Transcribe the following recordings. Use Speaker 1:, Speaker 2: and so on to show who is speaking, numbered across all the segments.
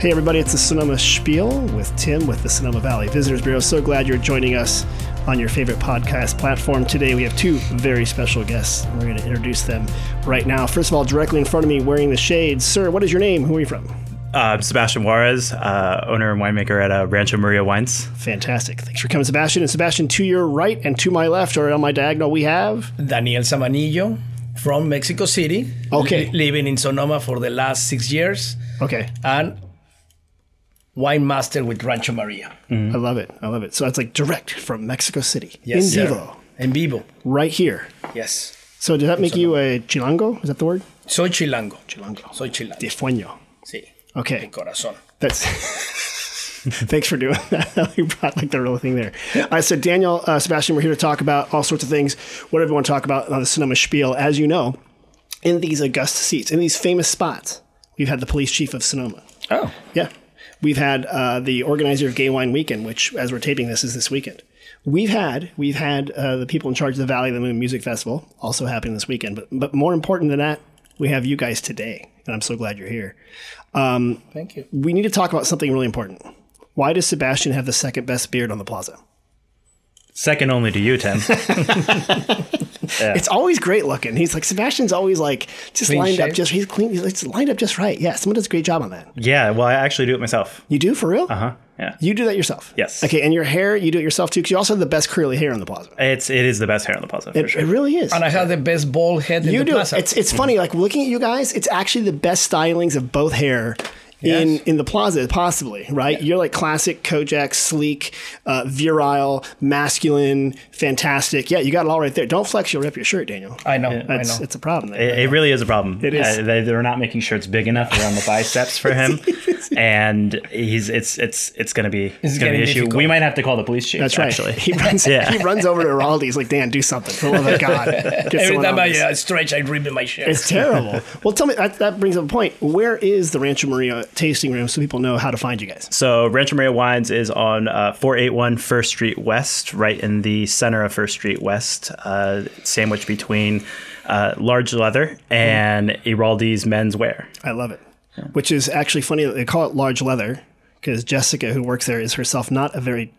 Speaker 1: Hey, everybody, it's the Sonoma Spiel with Tim with the Sonoma Valley Visitors Bureau. So glad you're joining us on your favorite podcast platform. Today, we have two very special guests. We're going to introduce them right now. First of all, directly in front of me, wearing the shades, sir, what is your name? Who are you from?
Speaker 2: Uh, I'm Sebastian Juarez, uh, owner and winemaker at uh, Rancho Maria Wines.
Speaker 1: Fantastic. Thanks for coming, Sebastian. And Sebastian, to your right and to my left, or on my diagonal, we have.
Speaker 3: Daniel Samanillo from Mexico City.
Speaker 1: Okay.
Speaker 3: Li- living in Sonoma for the last six years
Speaker 1: Okay.
Speaker 3: and wine master with Rancho Maria.
Speaker 1: I love it. I love it. So that's like direct from Mexico City.
Speaker 3: Yes,
Speaker 1: in
Speaker 3: sir.
Speaker 1: vivo.
Speaker 3: En vivo.
Speaker 1: Right here.
Speaker 3: Yes.
Speaker 1: So does that make you a chilango? Is that the word?
Speaker 3: Soy chilango. Chilango. Soy chilango.
Speaker 1: De fueño.
Speaker 3: Sí.
Speaker 1: Okay.
Speaker 3: De corazón.
Speaker 1: That's. Thanks for doing that. you brought like the real thing there. I said, Daniel, uh, Sebastian, we're here to talk about all sorts of things, whatever you want to talk about on the Sonoma Spiel. As you know, in these august seats, in these famous spots, we've had the police chief of Sonoma.
Speaker 3: Oh.
Speaker 1: Yeah. We've had uh, the organizer of Gay Wine Weekend, which, as we're taping this, is this weekend. We've had we've had uh, the people in charge of the Valley of the Moon Music Festival, also happening this weekend. But but more important than that, we have you guys today, and I'm so glad you're here. Um,
Speaker 3: Thank you.
Speaker 1: we need to talk about something really important. Why does Sebastian have the second best beard on the plaza?
Speaker 2: Second only to you, Tim.
Speaker 1: It's always great looking. He's like Sebastian's always like just
Speaker 3: Clean
Speaker 1: lined up
Speaker 3: shaved?
Speaker 1: just he's clean. He's it's lined up just right. Yeah, someone does a great job on that.
Speaker 2: yeah, well, I actually do it myself.
Speaker 1: You do for real?
Speaker 2: Uh huh. Yeah.
Speaker 1: You do that yourself.
Speaker 2: Yes.
Speaker 1: Okay, and your hair, you do it yourself too, because you also have the best curly hair on the plaza.
Speaker 2: It's it is the best hair on the plaza for
Speaker 1: It,
Speaker 2: sure.
Speaker 1: it really is.
Speaker 3: And I have the best bald head in
Speaker 1: you
Speaker 3: the
Speaker 1: do.
Speaker 3: plaza.
Speaker 1: It's it's funny. Like looking at you guys, it's actually the best stylings of both hair. In,
Speaker 3: Yes.
Speaker 1: in the plaza, possibly, right? You're like classic Kojak, sleek, uh, virile, masculine, fantastic. Yeah, you got it all right there. Don't flex, you'll rip your shirt, Daniel.
Speaker 3: I know. I know.
Speaker 1: That's, it's a problem. There.
Speaker 2: It, it really is a problem. It
Speaker 1: is.
Speaker 2: they, they're not making shirts big enough around the biceps for him, and he's it's it's it's gonna be it's, gonna be
Speaker 3: getting
Speaker 2: an issue.
Speaker 3: difficult.
Speaker 2: We might have to call the police chief.
Speaker 1: That's right.
Speaker 2: Actually,
Speaker 1: He runs.
Speaker 2: Yeah.
Speaker 1: He runs over to Raldi. He's like, Dan, do something. For the love of God, get
Speaker 3: Every
Speaker 1: someone
Speaker 3: time
Speaker 1: on
Speaker 3: I
Speaker 1: this."
Speaker 3: uh, stretch, I rip in my shirt.
Speaker 1: It's terrible. well, tell me that, that brings up a point. Where is the Rancho Maria tasting room so people know how to find you guys?
Speaker 2: So Rancho Maria Wines is on uh, 481 First Street West, right in the center of First Street West, uh, sandwiched between uh, Large Leather and Iraldi's Men's Wear.
Speaker 1: I love it. Which is actually funny that they call it large leather because Jessica, who works there, is herself not a very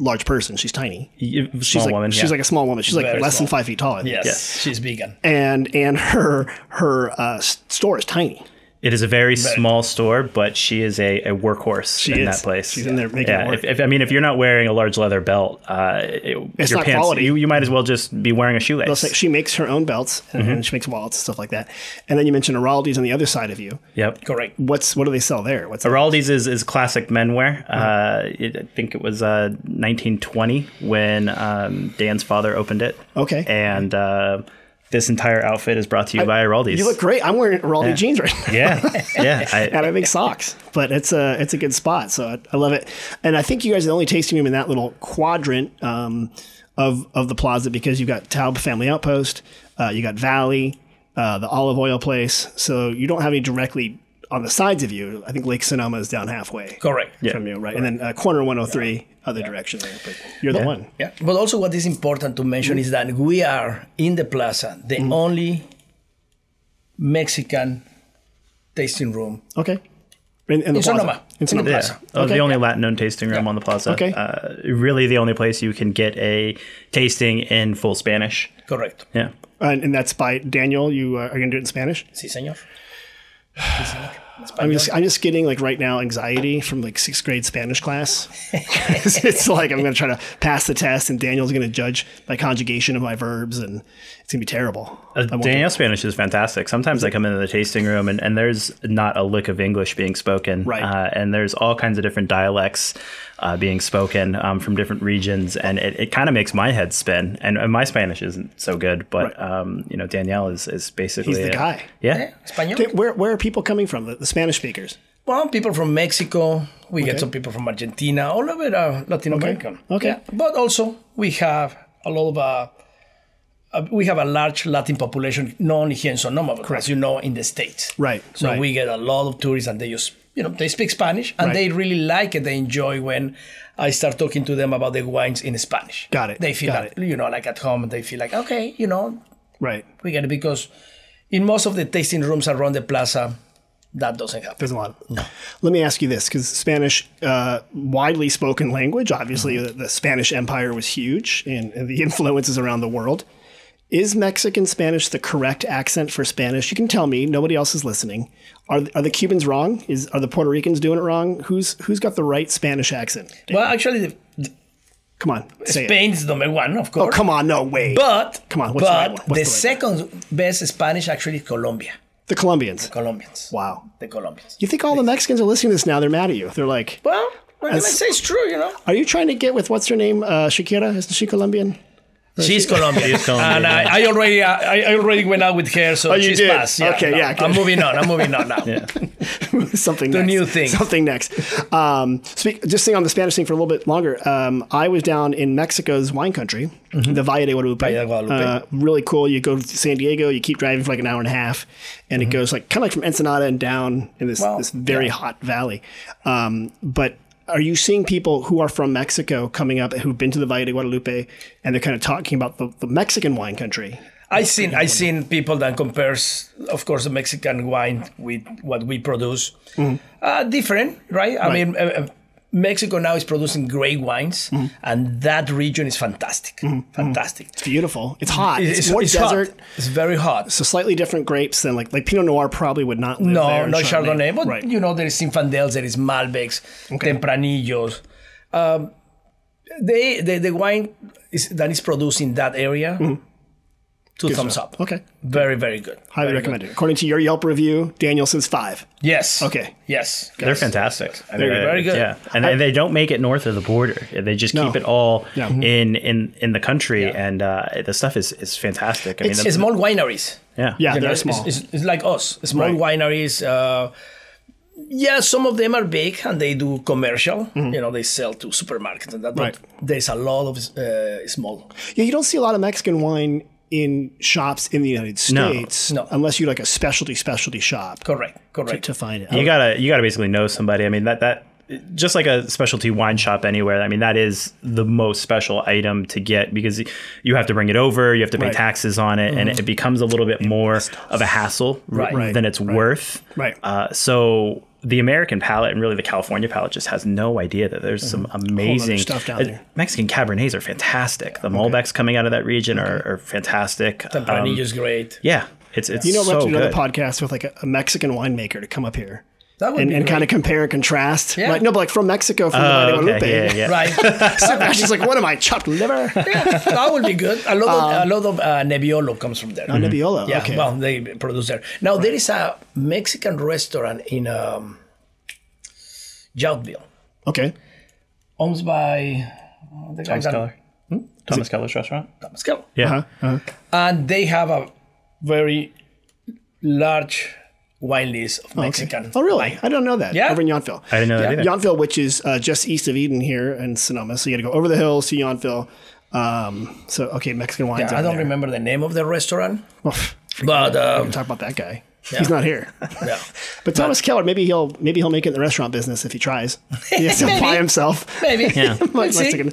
Speaker 1: large person. She's tiny.
Speaker 2: Y-
Speaker 1: She's
Speaker 2: Small
Speaker 1: like,
Speaker 2: woman.
Speaker 1: she's
Speaker 2: yeah.
Speaker 1: like a small woman. She's like
Speaker 3: Very
Speaker 1: less than
Speaker 3: small.
Speaker 1: five feet tall. I think.
Speaker 3: yes.
Speaker 2: Yes.
Speaker 3: She's vegan.
Speaker 1: And and her her uh, s- store is tiny.
Speaker 2: it is a very small store, but she is a, a workhorse
Speaker 1: She
Speaker 2: in
Speaker 1: is.
Speaker 2: that place.
Speaker 1: She's in there making it
Speaker 2: yeah,
Speaker 1: work.
Speaker 2: if, if, I mean, if you're not wearing a large leather belt, uh, it,
Speaker 1: It's
Speaker 2: your
Speaker 1: not
Speaker 2: pants,
Speaker 1: quality.
Speaker 2: You, you might as well just be wearing a shoelace.
Speaker 1: It's like she makes her own belts and,
Speaker 2: Mm-hmm.
Speaker 1: and she makes wallets and stuff like that. And then you mentioned Araldi's on the other side of you.
Speaker 2: yep.
Speaker 3: Correct.
Speaker 1: What's what do they sell there? What's
Speaker 2: Giraldi's is, is classic menwear.
Speaker 1: Hmm.
Speaker 2: Uh, it, I think it was uh, 1920 when um, Dan's father opened it.
Speaker 1: Okay.
Speaker 2: And uh, this entire outfit is brought to you by Giraldi's.
Speaker 1: you look great. I'm wearing Araldi jeans right now.
Speaker 2: Yeah. Yeah. I,
Speaker 1: and I make socks. But it's a it's a good spot, so I, I love it. And I think you guys are the only tasting room in that little quadrant um, of of the plaza because you've got Taub Family Outpost, uh, you got Valley, uh, the olive oil place. So you don't have any directly on the sides of you. I think Lake Sonoma is down halfway
Speaker 3: Correct.
Speaker 1: from you, right? And then uh, corner 103, other direction there. But you're the one.
Speaker 3: Yeah. But also, what is important to mention is that we are in the plaza, the only Mexican tasting room.
Speaker 1: Okay. In, in the
Speaker 3: In
Speaker 1: plaza.
Speaker 3: Sonoma.
Speaker 1: In Sonoma.
Speaker 3: Yeah.
Speaker 1: Plaza.
Speaker 2: Oh,
Speaker 1: Okay.
Speaker 2: the only Latin owned tasting room on the plaza.
Speaker 1: Okay.
Speaker 2: Uh, really, the only place you can get a tasting in full Spanish.
Speaker 3: Correct.
Speaker 2: Yeah.
Speaker 1: and, and that's by Daniel. You uh, are going to do it in Spanish?
Speaker 3: Sí, señor.
Speaker 1: I'm just, I'm just getting like right now anxiety from like sixth grade Spanish class. it's like I'm going to try to pass the test, and Daniel's going to judge my conjugation of my verbs, and it's going to be terrible.
Speaker 2: Uh, Daniel Spanish is fantastic. Sometimes I come into the tasting room and, and there's not a lick of English being spoken.
Speaker 1: Right.
Speaker 2: Uh, and there's all kinds of different dialects uh, being spoken um, from different regions. And it, it kind of makes my head spin. And, and my Spanish isn't so good, but, um, you know, Danielle is, is basically.
Speaker 1: He's the
Speaker 2: a-
Speaker 1: guy.
Speaker 2: Yeah.
Speaker 1: Okay,
Speaker 3: ¿Eh? Español.
Speaker 1: Where, where are people coming from? The, the Spanish speakers.
Speaker 3: Well, people from Mexico. We get some people from Argentina, all over uh, Latin American.
Speaker 1: Okay.
Speaker 3: Yeah. But also, we have a lot of. Uh, uh, we have a large Latin population, not only here in Sonoma, but as you know, in the States.
Speaker 1: Right,
Speaker 3: So
Speaker 1: right.
Speaker 3: we get a lot of tourists, and they just, you know, they speak Spanish, and
Speaker 1: Right.
Speaker 3: they really like it. They enjoy when I start talking to them about the wines in Spanish.
Speaker 1: Got it,
Speaker 3: They feel
Speaker 1: got
Speaker 3: like, you know, like at home, they feel like, okay, you know,
Speaker 1: Right.
Speaker 3: we get it because in most of the tasting rooms around the plaza, that doesn't happen.
Speaker 1: There's a lot. Of, Let me ask you this, because Spanish, uh, widely spoken language, obviously the, the Spanish Empire was huge, and, and the influences around the world. Is Mexican Spanish the correct accent for Spanish? You can tell me. Nobody else is listening. Are are the Cubans wrong? Is are the Puerto Ricans doing it wrong? Who's who's got the right Spanish accent?
Speaker 3: Well, actually, the,
Speaker 1: Come on, say it.
Speaker 3: Spain is number one, of
Speaker 1: Oh,
Speaker 3: course.
Speaker 1: come on, no way.
Speaker 3: But
Speaker 1: Come on, what's the
Speaker 3: but
Speaker 1: right one? What's
Speaker 3: the,
Speaker 1: the right
Speaker 3: second best Spanish actually is Colombia.
Speaker 1: the Colombians.
Speaker 3: Colombians.
Speaker 1: Wow.
Speaker 3: The Colombians.
Speaker 1: You think all the Mexicans are listening to this now? They're mad at you. They're like,
Speaker 3: Well, what can I
Speaker 1: As-
Speaker 3: say? It's true, you know.
Speaker 1: "Are you trying to get with what's her name, uh, Shakira? Isn't she Colombian?"
Speaker 3: She's Colombian.
Speaker 2: She's Colombian,
Speaker 3: And I, I already uh, I I already went out with her, so
Speaker 1: Oh, you
Speaker 3: she's
Speaker 1: did?
Speaker 3: passed. Yeah,
Speaker 1: Okay,
Speaker 3: no,
Speaker 1: yeah, good.
Speaker 3: I'm moving on. I'm moving on now.
Speaker 1: something the next.
Speaker 3: new thing.
Speaker 1: Something next. Um, speak, just staying on the Spanish thing for a little bit longer. Um, I was down in Mexico's wine country, the Valle de Guadalupe.
Speaker 3: Mm-hmm. Valle de Guadalupe.
Speaker 1: Uh, really cool. You go to San Diego, you keep driving for like an hour and a half, and
Speaker 3: Mm-hmm.
Speaker 1: it goes like kind of like from Ensenada and down in this
Speaker 3: Wow.
Speaker 1: this very hot valley. Um, but are you seeing people who are from Mexico coming up who've been to the Valle de Guadalupe and they're kind of talking about the, the Mexican wine country?
Speaker 3: I seen I seen people that compares, of course, the Mexican wine with what we produce.
Speaker 1: Mm-hmm.
Speaker 3: Uh, different, right? I mean, uh, uh, Mexico now is producing great wines,
Speaker 1: Mm-hmm.
Speaker 3: and that region is fantastic, fantastic.
Speaker 1: It's beautiful. It's hot. It's, more
Speaker 3: hot.
Speaker 1: desert.
Speaker 3: It's very hot.
Speaker 1: So slightly different grapes than like like Pinot Noir probably would not live there.
Speaker 3: No,
Speaker 1: in
Speaker 3: no Chardonnay, but
Speaker 1: right.
Speaker 3: you know there is Infandels, there is Malbecs, Tempranillos. Um, they, the the wine is, that is produced in that area.
Speaker 1: Mm-hmm.
Speaker 3: Two thumbs up.
Speaker 1: okay,
Speaker 3: Very very good.
Speaker 1: highly
Speaker 3: Very good.
Speaker 1: recommended. According to your Yelp review, Daniel says five.
Speaker 3: Yes.
Speaker 1: Okay.
Speaker 3: Yes.
Speaker 2: They're fantastic. I mean,
Speaker 1: good.
Speaker 2: uh,
Speaker 3: Very good.
Speaker 2: Yeah, and, and they don't make it north of the border. They just keep it all in in in the country, and uh, the stuff is is fantastic. I mean,
Speaker 3: It's
Speaker 2: the-
Speaker 3: small wineries.
Speaker 2: yeah,
Speaker 1: Yeah,
Speaker 3: you know,
Speaker 1: they're
Speaker 3: it's-
Speaker 1: small.
Speaker 3: It's, it's like us, small wineries. Uh, yeah, some of them are big and they do commercial. You know, they sell to supermarkets and that. But
Speaker 1: Mm-hmm. Right.
Speaker 3: there's a lot of uh, small.
Speaker 1: yeah, you don't see a lot of Mexican wine in shops in the United
Speaker 2: No.
Speaker 1: States
Speaker 3: No.
Speaker 1: unless you're like a specialty specialty shop
Speaker 3: Correct. Correct.
Speaker 1: to find it.
Speaker 2: you gotta you gotta basically know somebody. I mean that that just like a specialty wine shop anywhere. I mean that is the most special item to get because you have to bring it over, you have to pay
Speaker 1: Right. Mm-hmm.
Speaker 2: taxes on it, and it becomes a little bit more of a hassle r-
Speaker 3: Right. Right.
Speaker 2: than it's worth.
Speaker 1: Right.
Speaker 2: Uh, so the American palate and really the California palate just has no idea that there's
Speaker 1: Mm-hmm.
Speaker 2: some amazing
Speaker 1: stuff down
Speaker 2: uh,
Speaker 1: there.
Speaker 2: Mexican Cabernets are fantastic. The Malbecs coming out of that region are, are fantastic. Um,
Speaker 3: Tempranillo's great.
Speaker 2: yeah, it's it's
Speaker 1: you know,
Speaker 2: so
Speaker 1: we'll have to do
Speaker 2: good.
Speaker 1: another podcast with like a, a Mexican winemaker to come up here.
Speaker 3: That would
Speaker 1: And,
Speaker 3: be
Speaker 1: and
Speaker 3: great.
Speaker 1: kind of compare and contrast.
Speaker 3: Yeah.
Speaker 1: Like, no, but like from Mexico, from the Valle de
Speaker 2: Oh,
Speaker 1: Guadalupe.
Speaker 2: okay, yeah, yeah.
Speaker 3: right.
Speaker 1: Sebastian's like, what am I, chopped liver?
Speaker 3: that would be good. A lot of a lot of uh, Nebbiolo comes from there. Mm-hmm.
Speaker 1: Nebbiolo,
Speaker 3: Yeah,
Speaker 1: Um, Oh, okay.
Speaker 3: well, they produce there. Now there is a Mexican restaurant in um, Youtville,
Speaker 1: Okay.
Speaker 3: owned by uh, the guy that-
Speaker 2: Thomas Keller's restaurant.
Speaker 3: Thomas Keller.
Speaker 2: Yeah.
Speaker 1: Uh-huh.
Speaker 3: and they have a very large wine list of Mexican.
Speaker 1: Oh, really? I don't know that.
Speaker 3: Yeah?
Speaker 1: Over in Yountville.
Speaker 2: I didn't know that either.
Speaker 1: Yountville, which is uh, just east of Eden here in Sonoma. So you got to go over the hills to Yountville. Um, so, okay, Mexican wines.
Speaker 3: I
Speaker 1: over
Speaker 3: don't
Speaker 1: there.
Speaker 3: remember the name of the restaurant,
Speaker 1: Well, pff,
Speaker 3: but um,
Speaker 1: talk about that guy. He's not here.
Speaker 3: yeah.
Speaker 1: But Thomas Keller, maybe he'll maybe he'll make it in the restaurant business if he tries. He has to apply himself.
Speaker 3: maybe. Yeah.
Speaker 1: Like Mexican.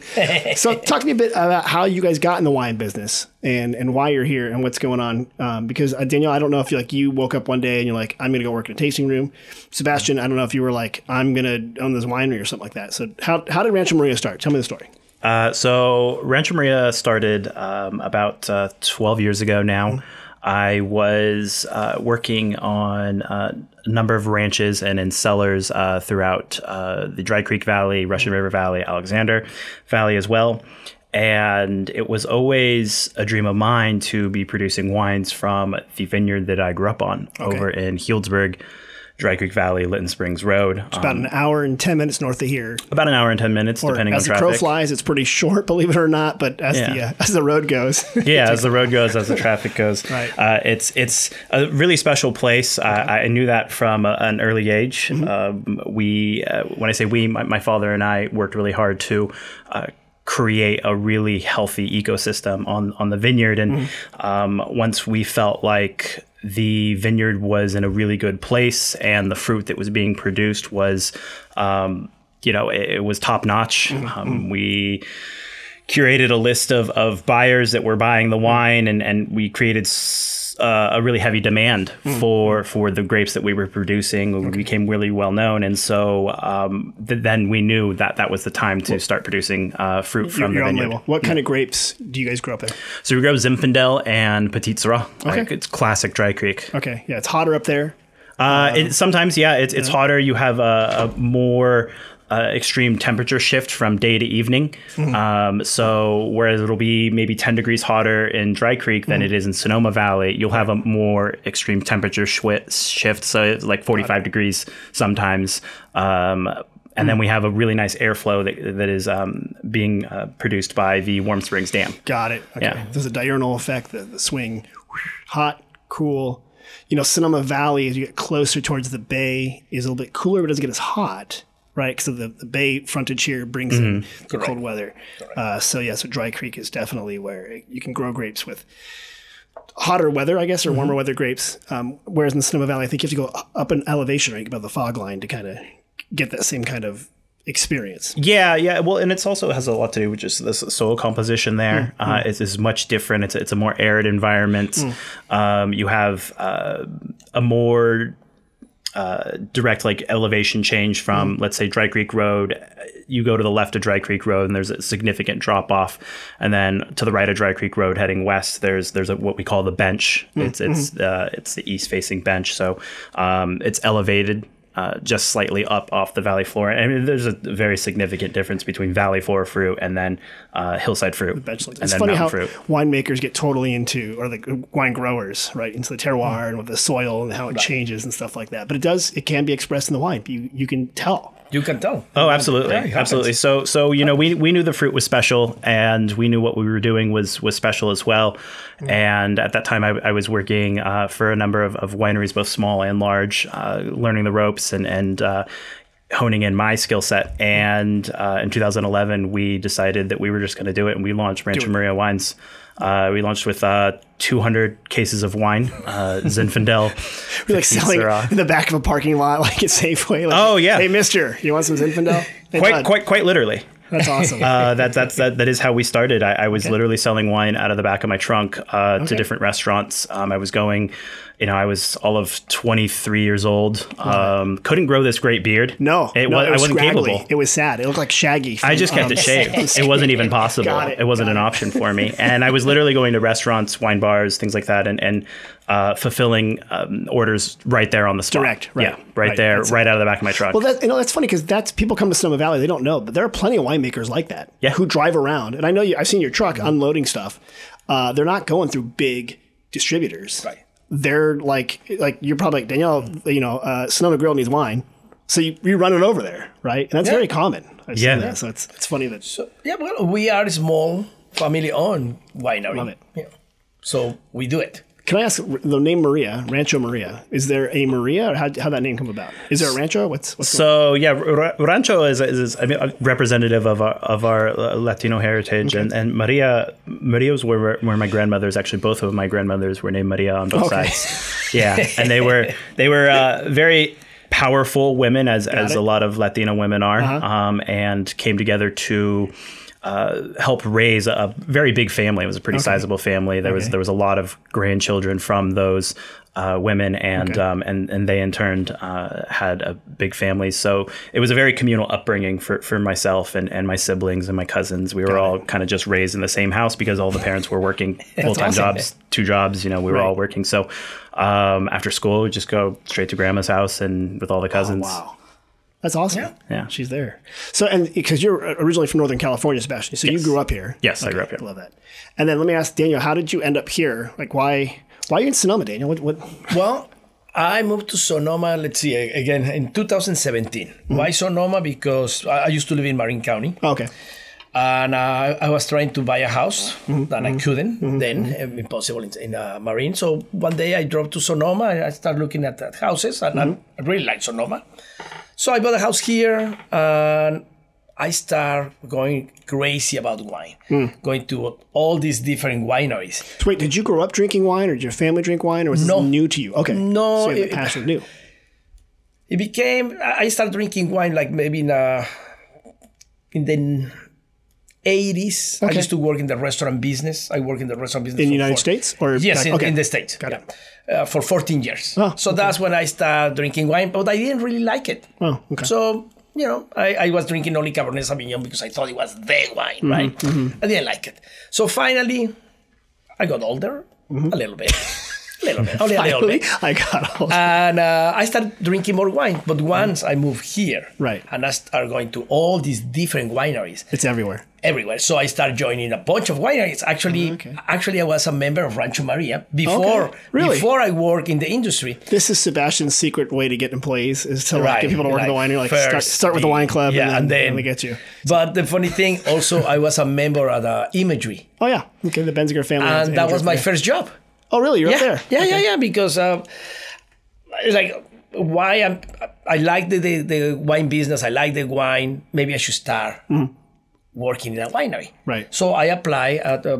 Speaker 1: so talk to me a bit about how you guys got in the wine business and and why you're here and what's going on. Um, because uh, Danielle, I don't know if you like you woke up one day and you're like, I'm gonna go work in a tasting room. Sebastian, I don't know if you were like, I'm gonna own this winery or something like that. So how how did Rancho Maria start? Tell me the story.
Speaker 2: Uh, so Rancho Maria started um, about uh, 12 years ago now. I was uh, working on uh, a number of ranches and in cellars uh, throughout uh, the Dry Creek Valley, Russian River Valley, Alexander Valley as well. And it was always a dream of mine to be producing wines from the vineyard that I grew up on over in Healdsburg, Dry Creek Valley, Lytton Springs Road.
Speaker 1: About an hour and ten minutes north of here.
Speaker 2: About an hour and 10 minutes, depending on
Speaker 1: as the
Speaker 2: traffic.
Speaker 1: crow flies, it's pretty short, believe it or not. But as the
Speaker 2: Yeah.
Speaker 1: uh, as the road goes,
Speaker 2: yeah, as the road goes, as the traffic goes,
Speaker 1: Right.
Speaker 2: uh, it's it's a really special place. I I I knew that from a, an early age.
Speaker 1: Mm-hmm.
Speaker 2: Um, we, uh, when I say we, my, my father and I worked really hard to. Uh, create a really healthy ecosystem on on the vineyard and
Speaker 1: Mm-hmm.
Speaker 2: um, once we felt like the vineyard was in a really good place and the fruit that was being produced was um, you know it, it was top notch
Speaker 1: Mm-hmm.
Speaker 2: um, we curated a list of, of buyers that were buying the wine and, and we created s- uh, a really heavy demand for for the grapes that we were producing. We became really well known, and so um, th- then we knew that that was the time to start producing uh, fruit from
Speaker 1: Your
Speaker 2: the
Speaker 1: own
Speaker 2: vineyard.
Speaker 1: label. What kind of grapes do you guys grow up in?
Speaker 2: So we grow Zinfandel and Petit Syrah.
Speaker 1: Okay.
Speaker 2: Like, it's classic dry creek.
Speaker 1: Okay, yeah, it's hotter up there.
Speaker 2: Uh, it, sometimes, yeah, it's, it's hotter. You have a, a more uh, extreme temperature shift from day to evening. Um, so, whereas it'll be maybe 10 degrees hotter in Dry Creek than it is in Sonoma Valley, you'll have a more extreme temperature shwi- shift. So, it's like 45 degrees sometimes. Um, and then we have a really nice airflow that, that is um, being uh, produced by the Warm Springs Dam.
Speaker 1: Got it. Okay.
Speaker 2: Yeah.
Speaker 1: There's a diurnal effect, the, the swing, hot, cool. You know, Sonoma Valley, as you get closer towards the bay, is a little bit cooler, but it doesn't get as hot, right? Because the, the bay frontage here brings in the cold weather. Uh, so, yeah, so Dry Creek is definitely where it- you can grow grapes with hotter weather, I guess, or warmer weather grapes. Um, whereas in the Sonoma Valley, I think you have to go u- up in elevation, right, above the fog line to kind of get that same kind of experience.
Speaker 2: Yeah, yeah. Well, and it's also has a lot to do with just the s- soil composition there. Uh, it's, it's much different. It's a, it's a more arid environment. Um, you have uh, a more uh, direct like elevation change
Speaker 1: Mm-hmm.
Speaker 2: from let's say Dry Creek Road. You go to the left of Dry Creek Road, and there's a significant drop off, and then to the right of Dry Creek Road, heading west, there's there's a, what we call the bench.
Speaker 1: Mm-hmm.
Speaker 2: It's it's uh, it's the east facing bench, so um, it's elevated. Uh, just slightly up off the valley floor. I mean, there's a very significant difference between valley floor fruit and then uh, hillside fruit,
Speaker 1: vegetables.
Speaker 2: and
Speaker 1: It's
Speaker 2: then
Speaker 1: funny
Speaker 2: mountain
Speaker 1: how
Speaker 2: fruit.
Speaker 1: winemakers get totally into, or like wine growers, right, into the terroir
Speaker 2: Mm-hmm.
Speaker 1: and with the soil and how it changes and stuff like that. But it does, it can be expressed in the wine. You you can tell.
Speaker 3: You can tell.
Speaker 2: Oh, absolutely,
Speaker 3: Yeah, it happens.
Speaker 2: absolutely. So, so you know, we we knew the fruit was special, and we knew what we were doing was was special as well.
Speaker 3: Mm.
Speaker 2: And at that time, I, I was working uh, for a number of, of wineries, both small and large, uh, learning the ropes and and uh, honing in my skill
Speaker 3: Mm.
Speaker 2: set. And uh, in 2011, we decided that we were just going to do it, and we launched Rancho Maria Wines. Uh, we launched with uh, 200 cases of wine, uh, Zinfandel.
Speaker 1: You're like
Speaker 2: Petit
Speaker 1: selling
Speaker 2: Syrah.
Speaker 1: in the back of a parking lot, like at Safeway. Like,
Speaker 2: Oh, yeah.
Speaker 1: Hey, mister, you want some Zinfandel? Hey,
Speaker 2: Quite,
Speaker 1: bud.
Speaker 2: quite, quite literally.
Speaker 1: That's awesome.
Speaker 2: uh, that that's that that is how we started. I, I was literally selling wine out of the back of my trunk uh, to different restaurants. Um, I was going, you know, I was all of twenty three years old. Um, couldn't grow this great beard.
Speaker 1: no,
Speaker 2: it,
Speaker 1: no,
Speaker 2: was, I wasn't
Speaker 1: scraggly.
Speaker 2: capable.
Speaker 1: It was sad. It looked like Shaggy.
Speaker 2: I
Speaker 1: from,
Speaker 2: just kept
Speaker 1: um,
Speaker 2: it shaved. It wasn't even possible.
Speaker 1: Got
Speaker 2: It,
Speaker 1: it,
Speaker 2: wasn't
Speaker 1: got
Speaker 2: an
Speaker 1: it.
Speaker 2: option for me. And I was literally going to restaurants, wine bars, things like that, and and uh, fulfilling um, orders right there on the spot.
Speaker 1: Direct, right,
Speaker 2: Yeah, right,
Speaker 1: right,
Speaker 2: there,
Speaker 1: that's it.
Speaker 2: right out of the back of my truck.
Speaker 1: Well, that, you know, that's funny because that's people come to Sonoma Valley, they don't know, but there are plenty of winemakers like that
Speaker 2: Yeah.
Speaker 1: who drive around. And I know you, I've seen your truck
Speaker 3: Mm-hmm.
Speaker 1: unloading stuff. Uh, they're not going through big distributors.
Speaker 3: Right.
Speaker 1: They're like, like you're probably like Danielle, you know, uh, Sonoma Grill needs wine, so you, you run it over there, right? And that's
Speaker 3: Yeah.
Speaker 1: very common. I've
Speaker 2: Yeah.
Speaker 1: seen that, so it's it's funny that
Speaker 3: So, yeah, well, we are a small family owned winery.
Speaker 1: Love it.
Speaker 3: Yeah. So we do it.
Speaker 1: Can I ask the name Maria, Rancho Maria? Is there a Maria, or how how that name come about? Is there a rancho? What's what's
Speaker 2: So yeah, Ra- Rancho is, is, is I mean, a representative of our of our uh, Latino heritage, and, and Maria Maria's were were my grandmothers. Actually, both of my grandmothers were named Maria on both
Speaker 1: Okay.
Speaker 2: sides. Yeah, and they were they were uh, very powerful women, as as
Speaker 1: it. Uh-huh.
Speaker 2: a lot of Latino women are, um, and came together to. Uh, help raise a very big family. It was a pretty sizable family. There was there was a lot of grandchildren from those uh, women, and
Speaker 1: Okay.
Speaker 2: um, and and they in turn uh, had a big family. So it was a very communal upbringing for, for myself and, and my siblings and my cousins. We were all kind of just raised in the same house because all the parents were working full time
Speaker 1: awesome.
Speaker 2: jobs, two jobs. You know, we were all
Speaker 1: Right.
Speaker 2: working. So um, after school, we just go straight to grandma's house and with all the cousins.
Speaker 1: Oh, Wow. That's awesome. Yeah.
Speaker 2: Yeah.
Speaker 1: She's there. So, and because you're originally from Northern California, Sebastian, so you grew up here.
Speaker 2: Yes, I grew up here.
Speaker 1: Love that. And then let me ask Daniel, how did you end up here? Like, why, why are you in Sonoma, Daniel? What, what?
Speaker 3: Well, I moved to Sonoma, let's see, again in 2017.
Speaker 1: Mm-hmm.
Speaker 3: Why Sonoma? Because I I used to live in Marin County.
Speaker 1: oh, okay.
Speaker 3: and uh, I was trying to buy a house and I couldn't then um, impossible in, in uh, Marine. So one day I drove to Sonoma and I started looking at, at houses and I, I really like Sonoma. So I bought a house here and I start going crazy about wine, going to all these different wineries.
Speaker 1: So wait, did you grow up drinking wine or did your family drink wine or was
Speaker 3: No.
Speaker 1: this new to you? Okay.
Speaker 3: No,
Speaker 1: So you have
Speaker 3: it-
Speaker 1: the passion new.
Speaker 3: It became I I started drinking wine like maybe in uh in the 80s. I
Speaker 1: Okay.
Speaker 3: used to work in the restaurant business. I work in the restaurant business
Speaker 1: In
Speaker 3: for
Speaker 1: the United
Speaker 3: four-
Speaker 1: States or
Speaker 3: yes,
Speaker 1: back-
Speaker 3: in,
Speaker 1: okay.
Speaker 3: in the states.
Speaker 1: Got it.
Speaker 3: yeah. Uh, for 14 years.
Speaker 1: Oh,
Speaker 3: so that's when I started drinking wine, but I didn't really like it.
Speaker 1: Oh, okay.
Speaker 3: So you know, I, I was drinking only Cabernet Sauvignon because I thought it was the wine,
Speaker 1: Mm-hmm,
Speaker 3: right? I didn't like it. So finally, I got older a little bit, a little bit, only a
Speaker 1: Mm-hmm.
Speaker 3: little
Speaker 1: Finally,
Speaker 3: bit.
Speaker 1: I got all.
Speaker 3: And uh, I started drinking more wine. But once I moved here,
Speaker 1: Right.
Speaker 3: and I started going to all these different wineries
Speaker 1: it's everywhere.
Speaker 3: everywhere. So I started joining a bunch of wineries. Actually,
Speaker 1: Oh, okay.
Speaker 3: actually, I was a member of Rancho Maria before
Speaker 1: Okay, really?
Speaker 3: before I worked in the industry.
Speaker 1: This is Sebastian's secret way to get employees is to like
Speaker 3: Right,
Speaker 1: get people to work at the
Speaker 3: like,
Speaker 1: winery. Like start,
Speaker 3: first
Speaker 1: start with the
Speaker 3: the-
Speaker 1: wine club,
Speaker 3: yeah,
Speaker 1: and,
Speaker 3: and
Speaker 1: then,
Speaker 3: then-
Speaker 1: and they get you.
Speaker 3: But the funny thing, also, I was a member of the imagery,
Speaker 1: Oh yeah, okay. The Benziger family, owns
Speaker 3: and that was
Speaker 1: Andrew
Speaker 3: my
Speaker 1: Fair.
Speaker 3: first job.
Speaker 1: Oh really? You're
Speaker 3: Yeah,
Speaker 1: up there.
Speaker 3: yeah, yeah, yeah. Because uh, it's like why I'm I like the, the the wine business. I like the wine. Maybe I should start
Speaker 1: Mm.
Speaker 3: working in a winery.
Speaker 1: Right.
Speaker 3: So I apply at. Uh,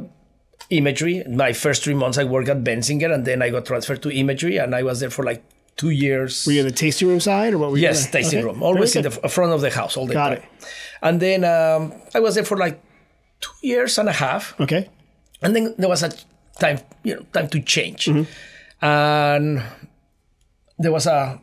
Speaker 3: Imagery. My first three months, I worked at Benzinger, and then I got transferred to Imagery, and I was there for like two years.
Speaker 1: Were you in the tasting room side or what were you?
Speaker 3: Yes,
Speaker 1: doing?
Speaker 3: tasting
Speaker 1: Okay,
Speaker 3: room.
Speaker 1: very
Speaker 3: Always in the
Speaker 1: good.
Speaker 3: f- front of the house all the
Speaker 1: Got
Speaker 3: time.
Speaker 1: it.
Speaker 3: And then um, I was there for like two years and a half.
Speaker 1: Okay.
Speaker 3: And then there was a time, you know, time to change.
Speaker 1: Mm-hmm.
Speaker 3: And there was a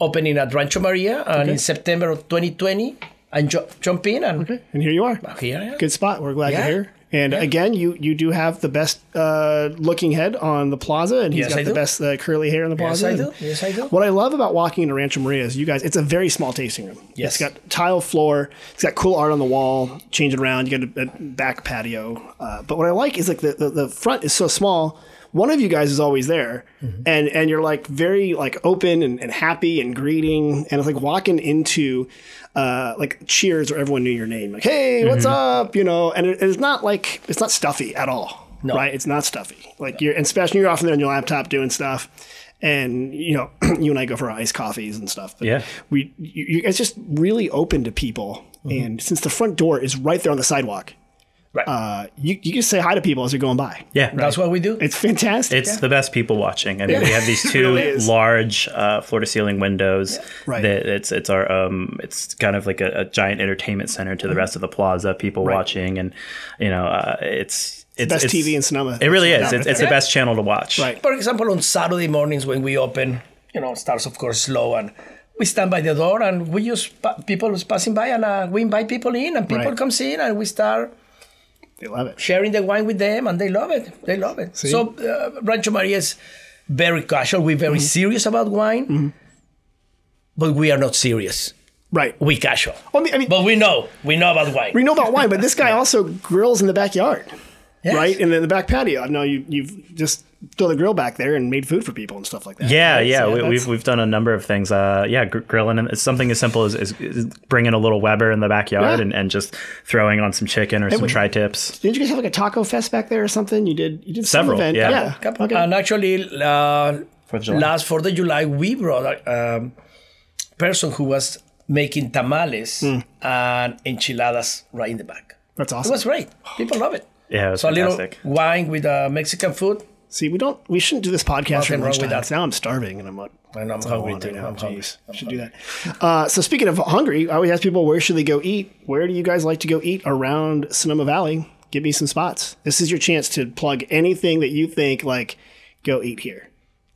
Speaker 3: opening at Rancho Maria, and in September of 2020, I jo- jumped in and
Speaker 1: Okay. And here you are.
Speaker 3: here I am.
Speaker 1: Good spot. We're glad
Speaker 3: Yeah.
Speaker 1: you're here. And again, you you do have the best uh, looking head on the plaza, and he's
Speaker 3: Yes,
Speaker 1: got
Speaker 3: I
Speaker 1: the
Speaker 3: do.
Speaker 1: best uh, curly hair on the
Speaker 3: Yes,
Speaker 1: plaza.
Speaker 3: I
Speaker 1: and-
Speaker 3: do. Yes, I do.
Speaker 1: What I love about walking into Rancho Maria is you guys, it's a very small tasting room. It's
Speaker 3: Yes.
Speaker 1: got tile floor, it's got cool art on the wall, change it around, you got a, a back patio. Uh, but what I like is like the, the, the front is so small. One of you guys is always there and, and you're like very like open and, and happy and greeting. And it's like walking into uh, like cheers where everyone knew your name. Like, hey, what's up? You know, and it, it's not like, it's not stuffy at all.
Speaker 3: No.
Speaker 1: Right? It's not stuffy. Like you're, and especially you're off in there on your laptop doing stuff, and you know, you and I go for our iced coffees and stuff. But
Speaker 2: Yeah.
Speaker 1: we, you, you guys just really open to people,
Speaker 2: Mm-hmm.
Speaker 1: and since the front door is right there on the sidewalk,
Speaker 3: Right.
Speaker 1: uh, you you can say hi to people as you're going by.
Speaker 2: Yeah,
Speaker 3: That's what we do.
Speaker 1: It's fantastic.
Speaker 2: It's the best people watching. I mean, we have these
Speaker 1: It
Speaker 2: two
Speaker 1: really is.
Speaker 2: large uh, floor to ceiling windows.
Speaker 1: Right.
Speaker 2: That it's it's our um it's kind of like a, a giant entertainment center to the
Speaker 1: Mm-hmm.
Speaker 2: rest of the plaza. People watching, and you know, uh, it's it's
Speaker 1: best
Speaker 2: it's-
Speaker 1: TV in Sonoma.
Speaker 2: It really
Speaker 1: Sonoma.
Speaker 2: is. It's, it's the
Speaker 3: Yeah.
Speaker 2: best channel to watch.
Speaker 1: Right.
Speaker 3: For example, on Saturday mornings when we open, you know, starts of course slow and we stand by the door and we just pa- people is passing by and uh, we invite people in and people
Speaker 1: Right.
Speaker 3: comes in and we start
Speaker 1: They love it.
Speaker 3: sharing the wine with them and they love it. They love it. So uh, Rancho Maria is very casual. We're very
Speaker 1: Mm-hmm.
Speaker 3: serious about wine, but we are not serious.
Speaker 1: Right.
Speaker 3: We casual.
Speaker 1: I mean- I mean-
Speaker 3: but we know we know about wine.
Speaker 1: We know about wine, but this guy also grills in the backyard.
Speaker 3: Yes.
Speaker 1: Right, and then the back patio. I know you, you've just thrown the grill back there and made food for people and stuff like that.
Speaker 2: Yeah,
Speaker 1: Right?
Speaker 2: yeah,
Speaker 1: So
Speaker 2: we,
Speaker 1: that's-
Speaker 2: we've we've done a number of things. Uh, yeah, gr- grilling and it's something as simple as, as, as bringing a little Weber in the backyard
Speaker 1: Yeah.
Speaker 2: and, and just throwing on some chicken or some tri-tips.
Speaker 1: Didn't you guys have like a taco fest back there or something? You did. You did
Speaker 2: Several,
Speaker 1: Some event.
Speaker 2: yeah.
Speaker 3: Couple-
Speaker 1: Okay.
Speaker 3: And actually, uh,
Speaker 2: Fourth of July.
Speaker 3: last Fourth of July, we brought a um, person who was making tamales
Speaker 2: Hmm.
Speaker 3: and enchiladas right in the back.
Speaker 1: That's
Speaker 3: It
Speaker 1: awesome.
Speaker 3: was great. People love it.
Speaker 2: Yeah, it was
Speaker 3: So
Speaker 2: fantastic.
Speaker 3: a little wine with uh, Mexican food.
Speaker 1: See, we don't. We shouldn't do this podcast
Speaker 3: Nothing
Speaker 1: during
Speaker 3: wrong with
Speaker 1: lunchtime.
Speaker 3: that.
Speaker 1: 'cause Now I'm starving, and I'm like,
Speaker 3: And I'm
Speaker 2: Oh,
Speaker 1: that's all I
Speaker 3: hungry
Speaker 1: want
Speaker 3: too.
Speaker 1: right now.
Speaker 3: I'm hungry.
Speaker 1: Jeez, should do that. Uh, so speaking of hungry, I always ask people where should they go eat. Where do you guys like to go eat around Sonoma Valley? Give me some spots. This is your chance to plug anything that you think like go eat here.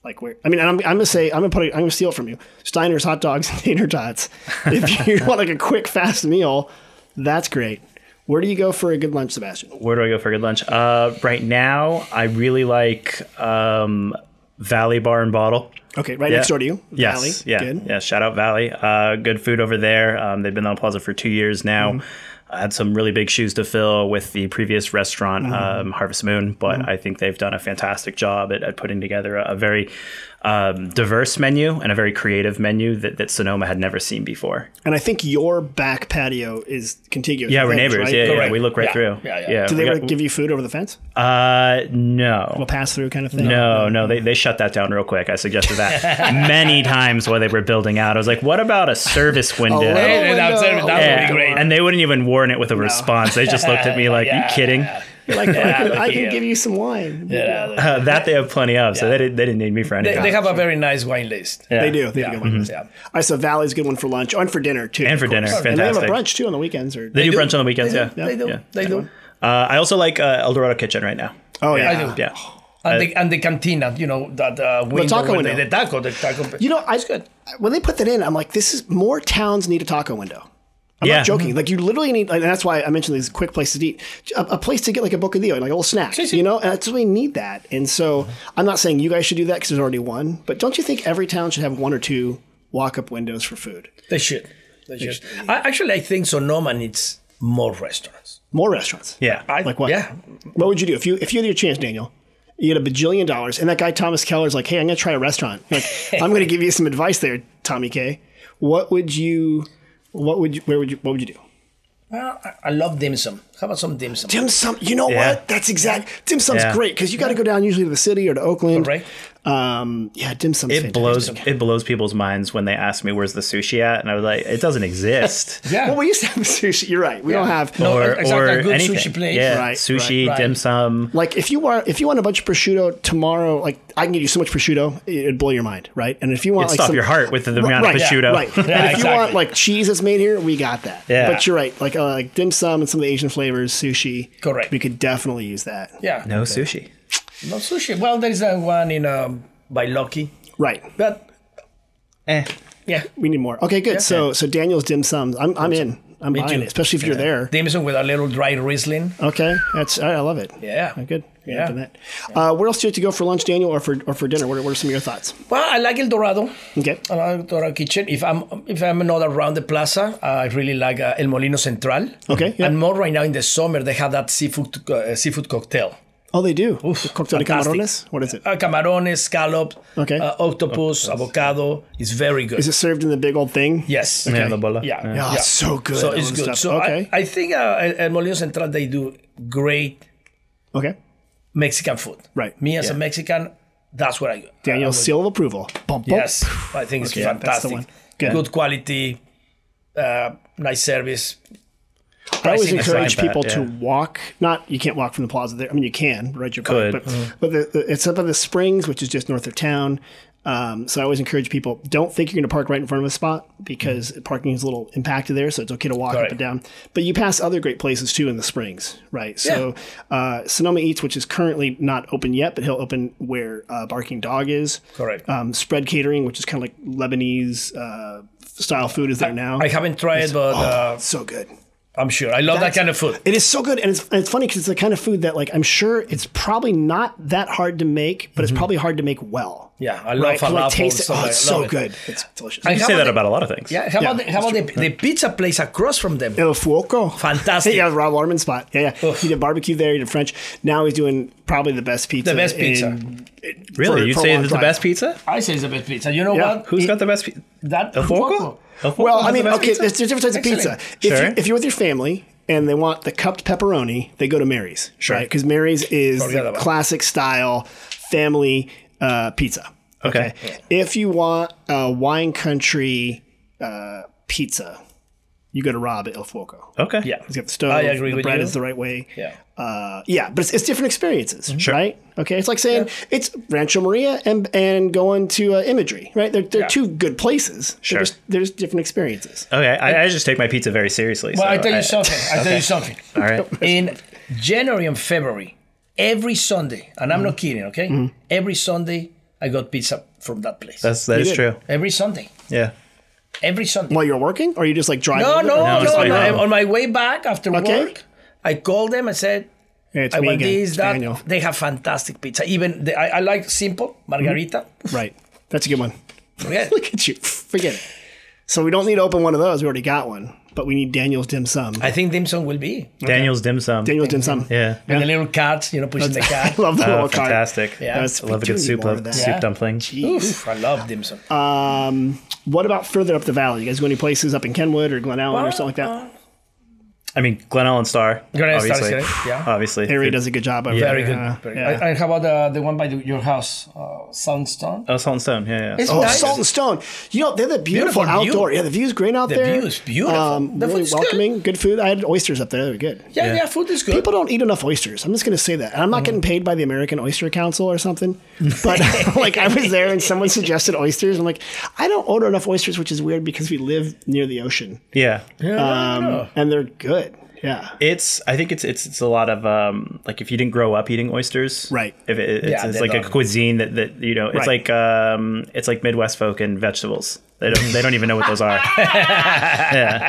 Speaker 1: Like where? I mean, and I'm, I'm gonna say I'm gonna put it, I'm gonna steal it from you. Steiner's hot dogs and tater tots. If you want like a quick fast meal, that's great. Where do you go for a good lunch, Sebastian?
Speaker 2: Where do I go for good lunch? Uh, right now, I really like um, Valley Bar and Bottle.
Speaker 1: Okay, right
Speaker 2: Yeah.
Speaker 1: next door to you.
Speaker 2: Yes.
Speaker 1: Valley.
Speaker 2: Yeah.
Speaker 1: Good.
Speaker 2: Yeah. Shout out Valley. Uh, good food over there. Um, they've been on Plaza for two years now.
Speaker 1: Mm-hmm.
Speaker 2: I had some really big shoes to fill with the previous restaurant,
Speaker 1: Mm-hmm.
Speaker 2: um, Harvest Moon, but I think they've done a fantastic job at, at putting together a, a very um, diverse menu and a very creative menu that, that Sonoma had never seen before.
Speaker 1: And I think your back patio is contiguous.
Speaker 2: Yeah,
Speaker 1: with
Speaker 2: we're
Speaker 1: theirs,
Speaker 2: neighbors.
Speaker 1: right?
Speaker 2: Yeah, yeah,
Speaker 3: Correct.
Speaker 2: we look right
Speaker 3: Yeah.
Speaker 2: through.
Speaker 3: Yeah, yeah.
Speaker 1: Do they
Speaker 2: we
Speaker 1: like, give you food over the fence?
Speaker 2: got- uh, no.
Speaker 1: A pass through kind of thing?
Speaker 2: No, no, they, they shut that down real quick. I suggested that many times while they were building out. I was like, what about a service window?
Speaker 1: little
Speaker 3: Hey, that- that-
Speaker 1: window.
Speaker 3: that would be
Speaker 2: Yeah,
Speaker 3: great.
Speaker 2: And they wouldn't even warrant it with a response. They just looked at me like,
Speaker 3: Yeah.
Speaker 2: you kidding?
Speaker 1: Like, I can, I
Speaker 3: lucky
Speaker 1: can
Speaker 3: you.
Speaker 1: give you some wine.
Speaker 3: Yeah,
Speaker 2: Uh, that they have plenty of, so they, didn't, they didn't need me for
Speaker 3: they,
Speaker 2: anything.
Speaker 3: they have a very nice wine list.
Speaker 2: Yeah. Mm-hmm.
Speaker 1: They do. They do.
Speaker 3: Yeah.
Speaker 1: good wine list.
Speaker 3: Yeah.
Speaker 1: All right, so Valley's a good one for lunch oh, and for dinner too.
Speaker 2: And for
Speaker 1: of course.
Speaker 2: dinner,
Speaker 1: And they have a
Speaker 2: fantastic.
Speaker 1: brunch too on the weekends. Or
Speaker 2: They do brunch on the weekends, yeah.
Speaker 3: They do.
Speaker 2: Yeah.
Speaker 3: They do.
Speaker 2: Uh, I also like uh, El Dorado Kitchen right now.
Speaker 1: oh yeah.
Speaker 3: I do.
Speaker 2: Yeah.
Speaker 3: And, the,
Speaker 2: Uh,
Speaker 3: and the cantina, you know, that uh, window.
Speaker 1: taco
Speaker 3: where they-
Speaker 1: window.
Speaker 3: The taco. The taco.
Speaker 1: You know, I when they put that in, I'm like, this is more towns need a taco window. I'm
Speaker 2: Yeah.
Speaker 1: not joking. Like you literally need, like, and that's why I mentioned these quick places to eat, a, a place to get like a bocadillo, like a little snack,
Speaker 3: Si, si.
Speaker 1: you know. And that's we need that. And so
Speaker 2: Mm-hmm.
Speaker 1: I'm not saying you guys should do that because there's already one, but don't you think every town should have one or two walk-up windows for food?
Speaker 3: They should. They should. I, actually, I think Sonoma needs more restaurants.
Speaker 1: More restaurants.
Speaker 2: Yeah.
Speaker 3: I,
Speaker 1: Like what?
Speaker 3: Yeah.
Speaker 1: What would you do if you if you had your chance, Daniel? You had a bajillion dollars, and that guy Thomas Keller's like, "Hey, I'm going to try a restaurant. Like, I'm going to give you some advice there, Tommy K. What would you? What would you? Where would you? What would you do?
Speaker 3: Well, I, I love dim sum. How about some dim sum?
Speaker 1: Dim sum. You know
Speaker 2: Yeah.
Speaker 1: what? That's exact. Dim sum's
Speaker 2: Yeah. Oh,
Speaker 1: great because you got to go down usually to the city or to Oakland.
Speaker 3: Right?
Speaker 1: Um, yeah, dim sum.
Speaker 2: It blows it blows people's minds when they ask me where's the sushi at, and I was like, it doesn't exist.
Speaker 3: Yeah.
Speaker 1: Well, we used to have sushi. You're right. We don't have.
Speaker 3: No.
Speaker 2: or
Speaker 3: exactly,
Speaker 2: or
Speaker 3: a good
Speaker 2: anything.
Speaker 3: sushi place.
Speaker 2: Yeah,
Speaker 1: Right,
Speaker 2: sushi,
Speaker 3: right, right.
Speaker 2: dim sum.
Speaker 1: Like if you want, if you want a bunch of prosciutto tomorrow, like I can get you so much prosciutto, it'd blow your mind, right? And if you want,
Speaker 2: It'd
Speaker 1: like
Speaker 2: stop
Speaker 1: some-
Speaker 2: your heart with the amount of
Speaker 1: yeah,
Speaker 2: prosciutto.
Speaker 1: right. and if you want
Speaker 3: exactly.
Speaker 1: like cheese that's made here, we got that.
Speaker 2: Yeah.
Speaker 1: But you're right. Like uh, like dim sum and some of the Asian flavors, sushi.
Speaker 3: Correct.
Speaker 1: We could definitely use that.
Speaker 3: Yeah.
Speaker 2: No sushi.
Speaker 3: No sushi. Well, there is that one in um, by Lucky,
Speaker 1: Right.
Speaker 3: but
Speaker 2: Eh.
Speaker 3: yeah,
Speaker 1: We need more. Okay, good. So so Daniel's dim sums. I'm I'm in. I'm buying
Speaker 3: too.
Speaker 1: it, especially if you're there.
Speaker 3: dim sum with a little dry Riesling.
Speaker 1: Okay, that's I I love it.
Speaker 3: Yeah.
Speaker 1: Oh, good.
Speaker 3: Yeah.
Speaker 1: Yeah. That. Uh, where else do you have to go for lunch, Daniel, or for or for dinner? What are, what are some of your thoughts?
Speaker 3: Well, I like El Dorado.
Speaker 1: Okay.
Speaker 3: I like El Dorado Kitchen. If I'm if I'm not around the plaza, I really like uh, El Molino Central.
Speaker 1: Okay, yeah.
Speaker 3: And more right now in the summer, they have that seafood uh, seafood cocktail.
Speaker 1: Oh, they do. Cocktail de
Speaker 3: fantastic.
Speaker 1: camarones. What is it?
Speaker 3: Uh, camarones, scallop,
Speaker 1: Okay.
Speaker 3: uh, octopus, avocado. It's very good.
Speaker 1: Is it served in the big old thing?
Speaker 3: yes.
Speaker 2: Yeah, the bola.
Speaker 3: Yeah.
Speaker 2: Yeah.
Speaker 1: Oh,
Speaker 3: yeah.
Speaker 1: so good.
Speaker 3: So
Speaker 1: that
Speaker 3: it's
Speaker 1: little
Speaker 3: good.
Speaker 1: stuff.
Speaker 3: So
Speaker 1: okay.
Speaker 3: I, I think uh, El- El Molino Central they do great
Speaker 1: okay.
Speaker 3: Mexican food.
Speaker 1: Right.
Speaker 3: Me as a Mexican, that's what I go.
Speaker 1: Daniel's
Speaker 3: I would-
Speaker 1: seal of approval. Bump, bump.
Speaker 3: Yes, I think it's
Speaker 1: Oh. that's the
Speaker 3: fantastic.
Speaker 1: one. Good.
Speaker 3: Good quality, uh, nice service.
Speaker 1: I always
Speaker 3: pricing is
Speaker 1: encourage
Speaker 2: like that,
Speaker 1: people to
Speaker 2: yeah.
Speaker 1: walk. Not you can't walk from the plaza there. I mean, you can ride your bike,
Speaker 2: Could.
Speaker 1: but,
Speaker 3: Mm.
Speaker 1: but the, the, it's up in the Springs, which is just north of town. Um, so I always encourage people: don't think you're going to park right in front of a spot because
Speaker 3: Mm-hmm.
Speaker 1: parking is a little impacted there. So it's okay to walk up
Speaker 3: Correct.
Speaker 1: and down. But you pass other great places too in the Springs, right? So uh, Sonoma Eats, which is currently not open yet, but he'll open where uh, Barking Dog is.
Speaker 3: Correct.
Speaker 1: Um, spread Catering, which is kind of like Lebanese uh, style food, is there now.
Speaker 3: I haven't tried, but uh,
Speaker 1: so good.
Speaker 3: I'm sure I love that
Speaker 1: That's-
Speaker 3: kind of food.
Speaker 1: It is so good, and it's, and it's funny because it's the kind of food that, like, I'm sure it's probably not that hard to make, but it's probably hard to make well.
Speaker 3: Yeah, I
Speaker 1: Right?
Speaker 3: love
Speaker 1: Can,
Speaker 3: falafel.
Speaker 1: like, taste it.
Speaker 3: so I
Speaker 1: Oh, it's
Speaker 3: love
Speaker 1: so
Speaker 3: it.
Speaker 1: good. It's delicious.
Speaker 3: I
Speaker 2: You
Speaker 3: How
Speaker 2: say
Speaker 3: about
Speaker 2: that
Speaker 3: the-
Speaker 2: about a lot of things.
Speaker 3: Yeah, how
Speaker 1: Yeah,
Speaker 3: about the, how about the, the pizza place across from them?
Speaker 1: El Fuoco.
Speaker 3: Fantastic.
Speaker 1: yeah, Rob Waterman spot. Yeah, yeah. He did barbecue there. He did French. Now he's doing probably the best pizza.
Speaker 3: The best pizza.
Speaker 1: in- in-
Speaker 2: Really?
Speaker 1: for-
Speaker 2: You'd
Speaker 1: for a
Speaker 2: say
Speaker 1: long
Speaker 2: it's the
Speaker 1: time.
Speaker 2: best pizza?
Speaker 3: I say it's the best pizza. You know
Speaker 1: Yeah.
Speaker 3: what?
Speaker 2: Who's
Speaker 3: It-
Speaker 2: got the best pizza?
Speaker 3: that?
Speaker 2: El Foco? El Foco
Speaker 1: Well,
Speaker 2: has
Speaker 1: I
Speaker 2: the
Speaker 1: mean,
Speaker 2: best
Speaker 1: okay,
Speaker 2: pizza?
Speaker 1: there's there's different types of pizza.
Speaker 3: Excellent.
Speaker 1: If,
Speaker 2: Sure.
Speaker 1: you, if you're with your family and they want the cupped pepperoni, they go to Mary's,
Speaker 2: Sure.
Speaker 1: right? Because Mary's is
Speaker 3: Forget
Speaker 1: the
Speaker 3: about it.
Speaker 1: classic style family uh, pizza.
Speaker 2: Okay.
Speaker 1: If you want a wine country uh, pizza, you go to Rob at El Fuoco.
Speaker 2: Okay.
Speaker 3: Yeah.
Speaker 1: He's got the stove.
Speaker 3: Oh. I agree
Speaker 1: the
Speaker 3: with
Speaker 1: bread
Speaker 3: you.
Speaker 1: is the right way.
Speaker 3: Yeah. Mm-hmm.
Speaker 1: Uh, yeah, but it's, it's different experiences, right? Okay, it's like saying it's Rancho Maria and and going to uh, Imagery, right? They're, they're two good places. Sure. They're just, they're just different experiences.
Speaker 2: Okay. I, I just take my pizza very seriously.
Speaker 3: Well,
Speaker 2: so uh,
Speaker 3: I tell you something. I tell you something.
Speaker 2: All right.
Speaker 3: in January and February, every Sunday, and
Speaker 2: Mm-hmm.
Speaker 3: I'm not kidding, okay? Every Sunday, I got pizza from that place.
Speaker 2: That's that
Speaker 1: You
Speaker 2: is
Speaker 1: did.
Speaker 2: true.
Speaker 3: every Sunday,
Speaker 2: Yeah.
Speaker 3: every Sunday.
Speaker 1: While you're working, or you just like driving?
Speaker 3: no,
Speaker 1: over
Speaker 3: no,
Speaker 1: there?
Speaker 2: No,
Speaker 3: no,
Speaker 2: it's
Speaker 3: no.
Speaker 2: like-
Speaker 3: I'm On my way back after
Speaker 1: Okay.
Speaker 3: work, I called them. I said,
Speaker 1: Hey, it's
Speaker 3: I
Speaker 1: me
Speaker 3: want
Speaker 1: again.
Speaker 3: this,
Speaker 1: It's
Speaker 3: that.
Speaker 1: Daniel.
Speaker 3: They have fantastic pizza. Even the, I, I like simple
Speaker 2: Mm-hmm.
Speaker 3: margarita.
Speaker 1: Right, that's a good one.
Speaker 3: Yeah.
Speaker 1: Look at you. Forget it. So we don't need to open one of those. We already got one, but we need Daniel's dim sum.
Speaker 3: I think dim sum will be.
Speaker 2: Daniel's dim sum.
Speaker 1: Daniel's dim sum.
Speaker 2: Yeah.
Speaker 3: And the little cards, you know, pushing the
Speaker 1: I
Speaker 3: card.
Speaker 1: love the
Speaker 2: Oh,
Speaker 1: little card.
Speaker 2: fantastic.
Speaker 3: Yeah.
Speaker 1: That's-
Speaker 2: I love a
Speaker 1: we
Speaker 2: good
Speaker 1: do
Speaker 2: soup,
Speaker 1: need more of
Speaker 2: love,
Speaker 1: that.
Speaker 2: soup
Speaker 3: Yeah.
Speaker 2: dumpling.
Speaker 3: Oof, I love dim sum.
Speaker 1: Um, what about further up the valley? You guys go any places up in Kenwood or Glen Allen or something like that?
Speaker 2: I mean, Glen Ellen Star.
Speaker 3: Glen Ellen Star is
Speaker 2: obviously.
Speaker 3: great, yeah.
Speaker 2: Obviously.
Speaker 1: Harry
Speaker 2: Good.
Speaker 1: does a good job. Over
Speaker 2: Yeah.
Speaker 3: Very
Speaker 1: there.
Speaker 3: good.
Speaker 1: Uh,
Speaker 3: Very
Speaker 1: yeah.
Speaker 3: good. And how about uh, the one by the, your house, uh, Soundstone?
Speaker 2: Oh, Salt and Stone. Yeah, yeah.
Speaker 3: It's
Speaker 1: Oh,
Speaker 3: nice.
Speaker 1: Salt and Stone. You know, they're the beautiful,
Speaker 3: Beautiful view.
Speaker 1: outdoor. Yeah, the view's great out
Speaker 3: The
Speaker 1: there. Um,
Speaker 3: view is beautiful. The
Speaker 1: really
Speaker 3: food's good.
Speaker 1: welcoming, good. food. I had oysters up there. They were good.
Speaker 3: yeah,
Speaker 2: Yeah.
Speaker 3: yeah, food is good.
Speaker 1: People don't eat enough oysters. I'm just going to say that. And
Speaker 3: Mm-hmm.
Speaker 1: I'm not getting paid by the American Oyster Council or something. But like I was there and someone suggested oysters. I'm like, I don't order enough oysters, which is weird because we live near the ocean.
Speaker 2: yeah.
Speaker 1: Um,
Speaker 3: Oh.
Speaker 1: and they're good. Yeah.
Speaker 2: It's. I think it's. It's. It's a lot of um. Like if you didn't grow up eating oysters,
Speaker 1: Right.
Speaker 2: If it, it's,
Speaker 3: Yeah,
Speaker 2: it's
Speaker 3: they
Speaker 2: like a
Speaker 3: don't.
Speaker 2: cuisine that, that you know. It's
Speaker 1: Right.
Speaker 2: like um. It's like Midwest folk and vegetables. They don't. They don't even know what those are.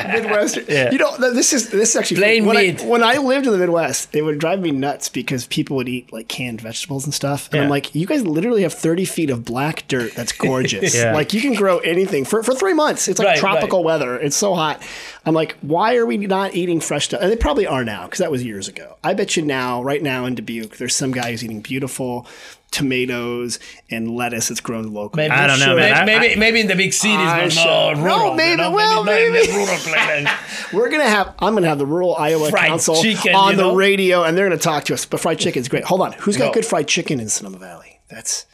Speaker 1: Midwest. You know, th- this is this is actually
Speaker 3: Plain
Speaker 1: when
Speaker 3: meat.
Speaker 1: I, when I lived in the Midwest, it would drive me nuts because people would eat like canned vegetables and stuff, and
Speaker 2: Yeah.
Speaker 1: I'm like, you guys literally have 30 feet of black dirt that's gorgeous.
Speaker 2: Yeah.
Speaker 1: Like you can grow anything for for three months. It's like
Speaker 3: Right,
Speaker 1: tropical weather. It's so hot. I'm like, why are we not eating fresh stuff? And they probably are now because that was years ago. I bet you now, right now in Dubuque, there's some guy who's eating beautiful tomatoes and lettuce that's grown locally.
Speaker 2: I don't know,
Speaker 3: sure.
Speaker 2: man. I-
Speaker 3: Maybe, maybe, in the big cities,
Speaker 1: I
Speaker 3: but
Speaker 1: shall-
Speaker 3: no,
Speaker 1: No,
Speaker 3: rural. you
Speaker 1: maybe-
Speaker 3: know,
Speaker 1: well,
Speaker 3: not in the
Speaker 1: maybe.
Speaker 3: rural places.
Speaker 1: We're gonna have. I'm gonna have the rural Iowa
Speaker 3: Fried
Speaker 1: Council
Speaker 3: chicken,
Speaker 1: on
Speaker 3: you
Speaker 1: the
Speaker 3: know?
Speaker 1: radio, and they're gonna talk to us. But fried chicken's great. Hold on, who's got
Speaker 3: No.
Speaker 1: good fried chicken in Sonoma Valley? That's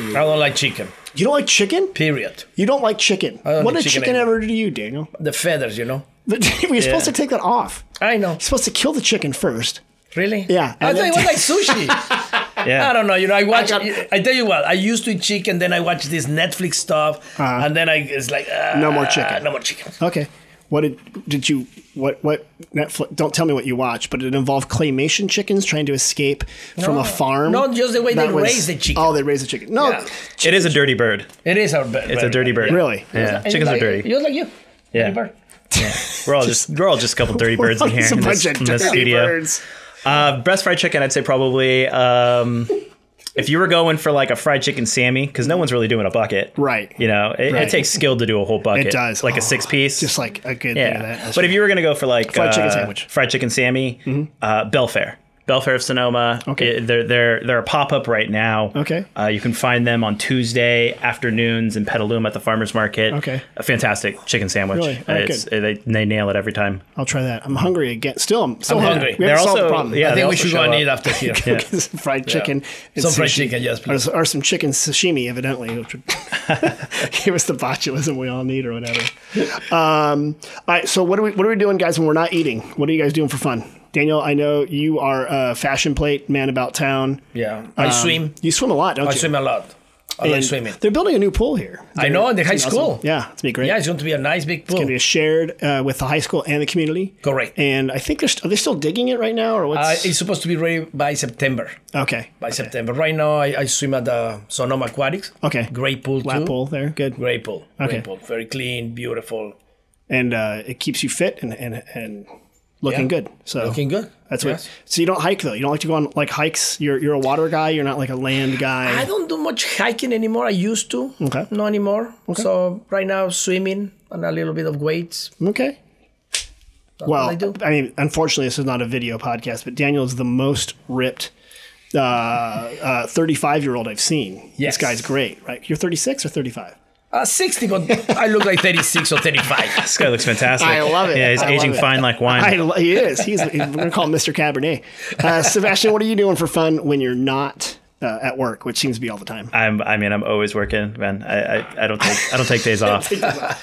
Speaker 3: I don't like chicken.
Speaker 1: you don't like chicken.
Speaker 3: Period.
Speaker 1: You don't like chicken.
Speaker 3: don't
Speaker 1: what
Speaker 3: like
Speaker 1: did
Speaker 3: chicken
Speaker 1: chicken,
Speaker 3: anymore.
Speaker 1: ever do to you, Daniel?
Speaker 3: The feathers, you know.
Speaker 1: We're supposed to take that off.
Speaker 3: I know.
Speaker 1: You're supposed to kill the chicken first.
Speaker 3: Really?
Speaker 1: Yeah,
Speaker 3: I
Speaker 1: and
Speaker 3: thought it was
Speaker 1: then-
Speaker 3: like sushi. I
Speaker 2: Yeah.
Speaker 3: don't know. You know, I watch. I,
Speaker 1: got-
Speaker 3: tell you what. I used to eat chicken, then I watch this Netflix stuff,
Speaker 1: Uh-huh.
Speaker 3: and then I it's like uh,
Speaker 1: No more chicken.
Speaker 3: No more chicken.
Speaker 1: Okay. What did did you what what Netflix? Don't tell me what you watched, but it involved claymation chickens trying to escape from a farm.
Speaker 3: No, just the way
Speaker 1: That
Speaker 3: they
Speaker 1: was-
Speaker 3: raise the chicken.
Speaker 1: Oh, they raise the chicken. No,
Speaker 3: Yeah.
Speaker 2: It is a dirty bird.
Speaker 3: It is our. Bird,
Speaker 2: It's a dirty bird.
Speaker 1: Really?
Speaker 2: Yeah. Chickens are dirty.
Speaker 3: Just like you.
Speaker 2: Yeah.
Speaker 3: Dirty bird.
Speaker 2: We're all just. We're all just a couple dirty birds in here
Speaker 1: it's a
Speaker 2: in
Speaker 1: bunch
Speaker 2: this,
Speaker 1: of
Speaker 2: in this
Speaker 1: dirty
Speaker 2: studio.
Speaker 1: birds.
Speaker 2: Uh, best fried chicken, I'd say probably. Um, if you were going for like a fried chicken Sammy, because no one's really doing a bucket,
Speaker 1: Right.
Speaker 2: You know, it,
Speaker 1: Right.
Speaker 2: it takes skill to do a whole bucket.
Speaker 1: It does.
Speaker 2: like
Speaker 1: Oh,
Speaker 2: a six piece,
Speaker 1: Just like a good thing of that.
Speaker 2: yeah.
Speaker 1: That's
Speaker 2: but if you were gonna go for like
Speaker 1: Fried chicken
Speaker 2: uh,
Speaker 1: sandwich. Mm-hmm.
Speaker 2: fried chicken Sammy, uh, Belfair. Belfair of Sonoma.
Speaker 1: Okay.
Speaker 2: It- they're they're they're a pop up right now.
Speaker 1: Okay.
Speaker 2: Uh, you can find them on Tuesday afternoons in Petaluma at the farmers market.
Speaker 1: Okay.
Speaker 2: A fantastic chicken sandwich.
Speaker 1: Really? Oh,
Speaker 2: it's, they they nail it every time.
Speaker 1: I'll try that. I'm hungry again. Still, I'm so
Speaker 3: I'm
Speaker 1: hungry.
Speaker 3: hungry.
Speaker 1: We
Speaker 2: They're
Speaker 1: haven't solved the
Speaker 2: also-
Speaker 1: problem.
Speaker 2: yeah,
Speaker 3: I
Speaker 2: they
Speaker 3: think we
Speaker 2: also
Speaker 3: should
Speaker 2: show
Speaker 3: go and
Speaker 2: up.
Speaker 3: eat after here.
Speaker 1: Some fried chicken. and
Speaker 3: Some fried
Speaker 1: sushi.
Speaker 3: chicken, yes, please.
Speaker 1: Or, or some chicken sashimi, evidently, which would give us the botulism we all need or whatever. Um, all right, so what are we what are we doing, guys? When we're not eating, what are you guys doing for fun? Daniel, I know you are a fashion plate man about town.
Speaker 3: Yeah. I swim.
Speaker 1: You swim a lot, don't
Speaker 3: I
Speaker 1: you?
Speaker 3: swim a lot. I like
Speaker 1: Um, And
Speaker 3: swimming.
Speaker 1: They're building a new pool here.
Speaker 3: I know in the high
Speaker 1: Awesome.
Speaker 3: school.
Speaker 1: Yeah, it's gonna be great.
Speaker 3: Yeah, it's going to be a nice big pool.
Speaker 1: It is shared uh, with the high school and the community.
Speaker 3: Correct.
Speaker 1: And I think they're st- are they still digging it right now or
Speaker 3: Uh,
Speaker 1: what's
Speaker 3: it's supposed to be ready by September.
Speaker 1: okay?
Speaker 3: By September. Right now, I, I swim at the Sonoma Aquatics.
Speaker 1: Okay.
Speaker 3: Great pool
Speaker 1: Lap
Speaker 3: too.
Speaker 1: pool there, good.
Speaker 3: Great pool.
Speaker 1: Okay.
Speaker 3: Great pool. Very clean, beautiful.
Speaker 1: And uh, it keeps you fit and and, and looking
Speaker 3: Yeah.
Speaker 1: good. So
Speaker 3: Looking good.
Speaker 1: That's
Speaker 3: Yes.
Speaker 1: what. So you don't hike though. You don't like to go on like hikes. You're you're a water guy. You're not like a land guy.
Speaker 3: I don't do much hiking anymore. I used to.
Speaker 1: Okay.
Speaker 3: No anymore. So right now, swimming and a little bit of weights.
Speaker 1: Mm, okay. Well,
Speaker 3: I do.
Speaker 1: I, mean, unfortunately, this is not a video podcast, but Daniel is the most ripped uh 35 year old I've seen.
Speaker 3: Yes.
Speaker 1: This guy's great, right? You're 36 or 35?
Speaker 3: Uh, 60, but I look like 36 or 35.
Speaker 2: This guy looks fantastic.
Speaker 1: I love it.
Speaker 2: Yeah, he's
Speaker 1: I love
Speaker 2: aging
Speaker 1: it.
Speaker 2: fine like wine.
Speaker 1: I, lo- he is. He's. we're gonna call him Mr. Cabernet. Uh, Sebastian, what are you doing for fun when you're not uh, at work, which seems to be all the time?
Speaker 2: I'm, I mean, I'm always working, man. I, I, I don't take, I don't take days off.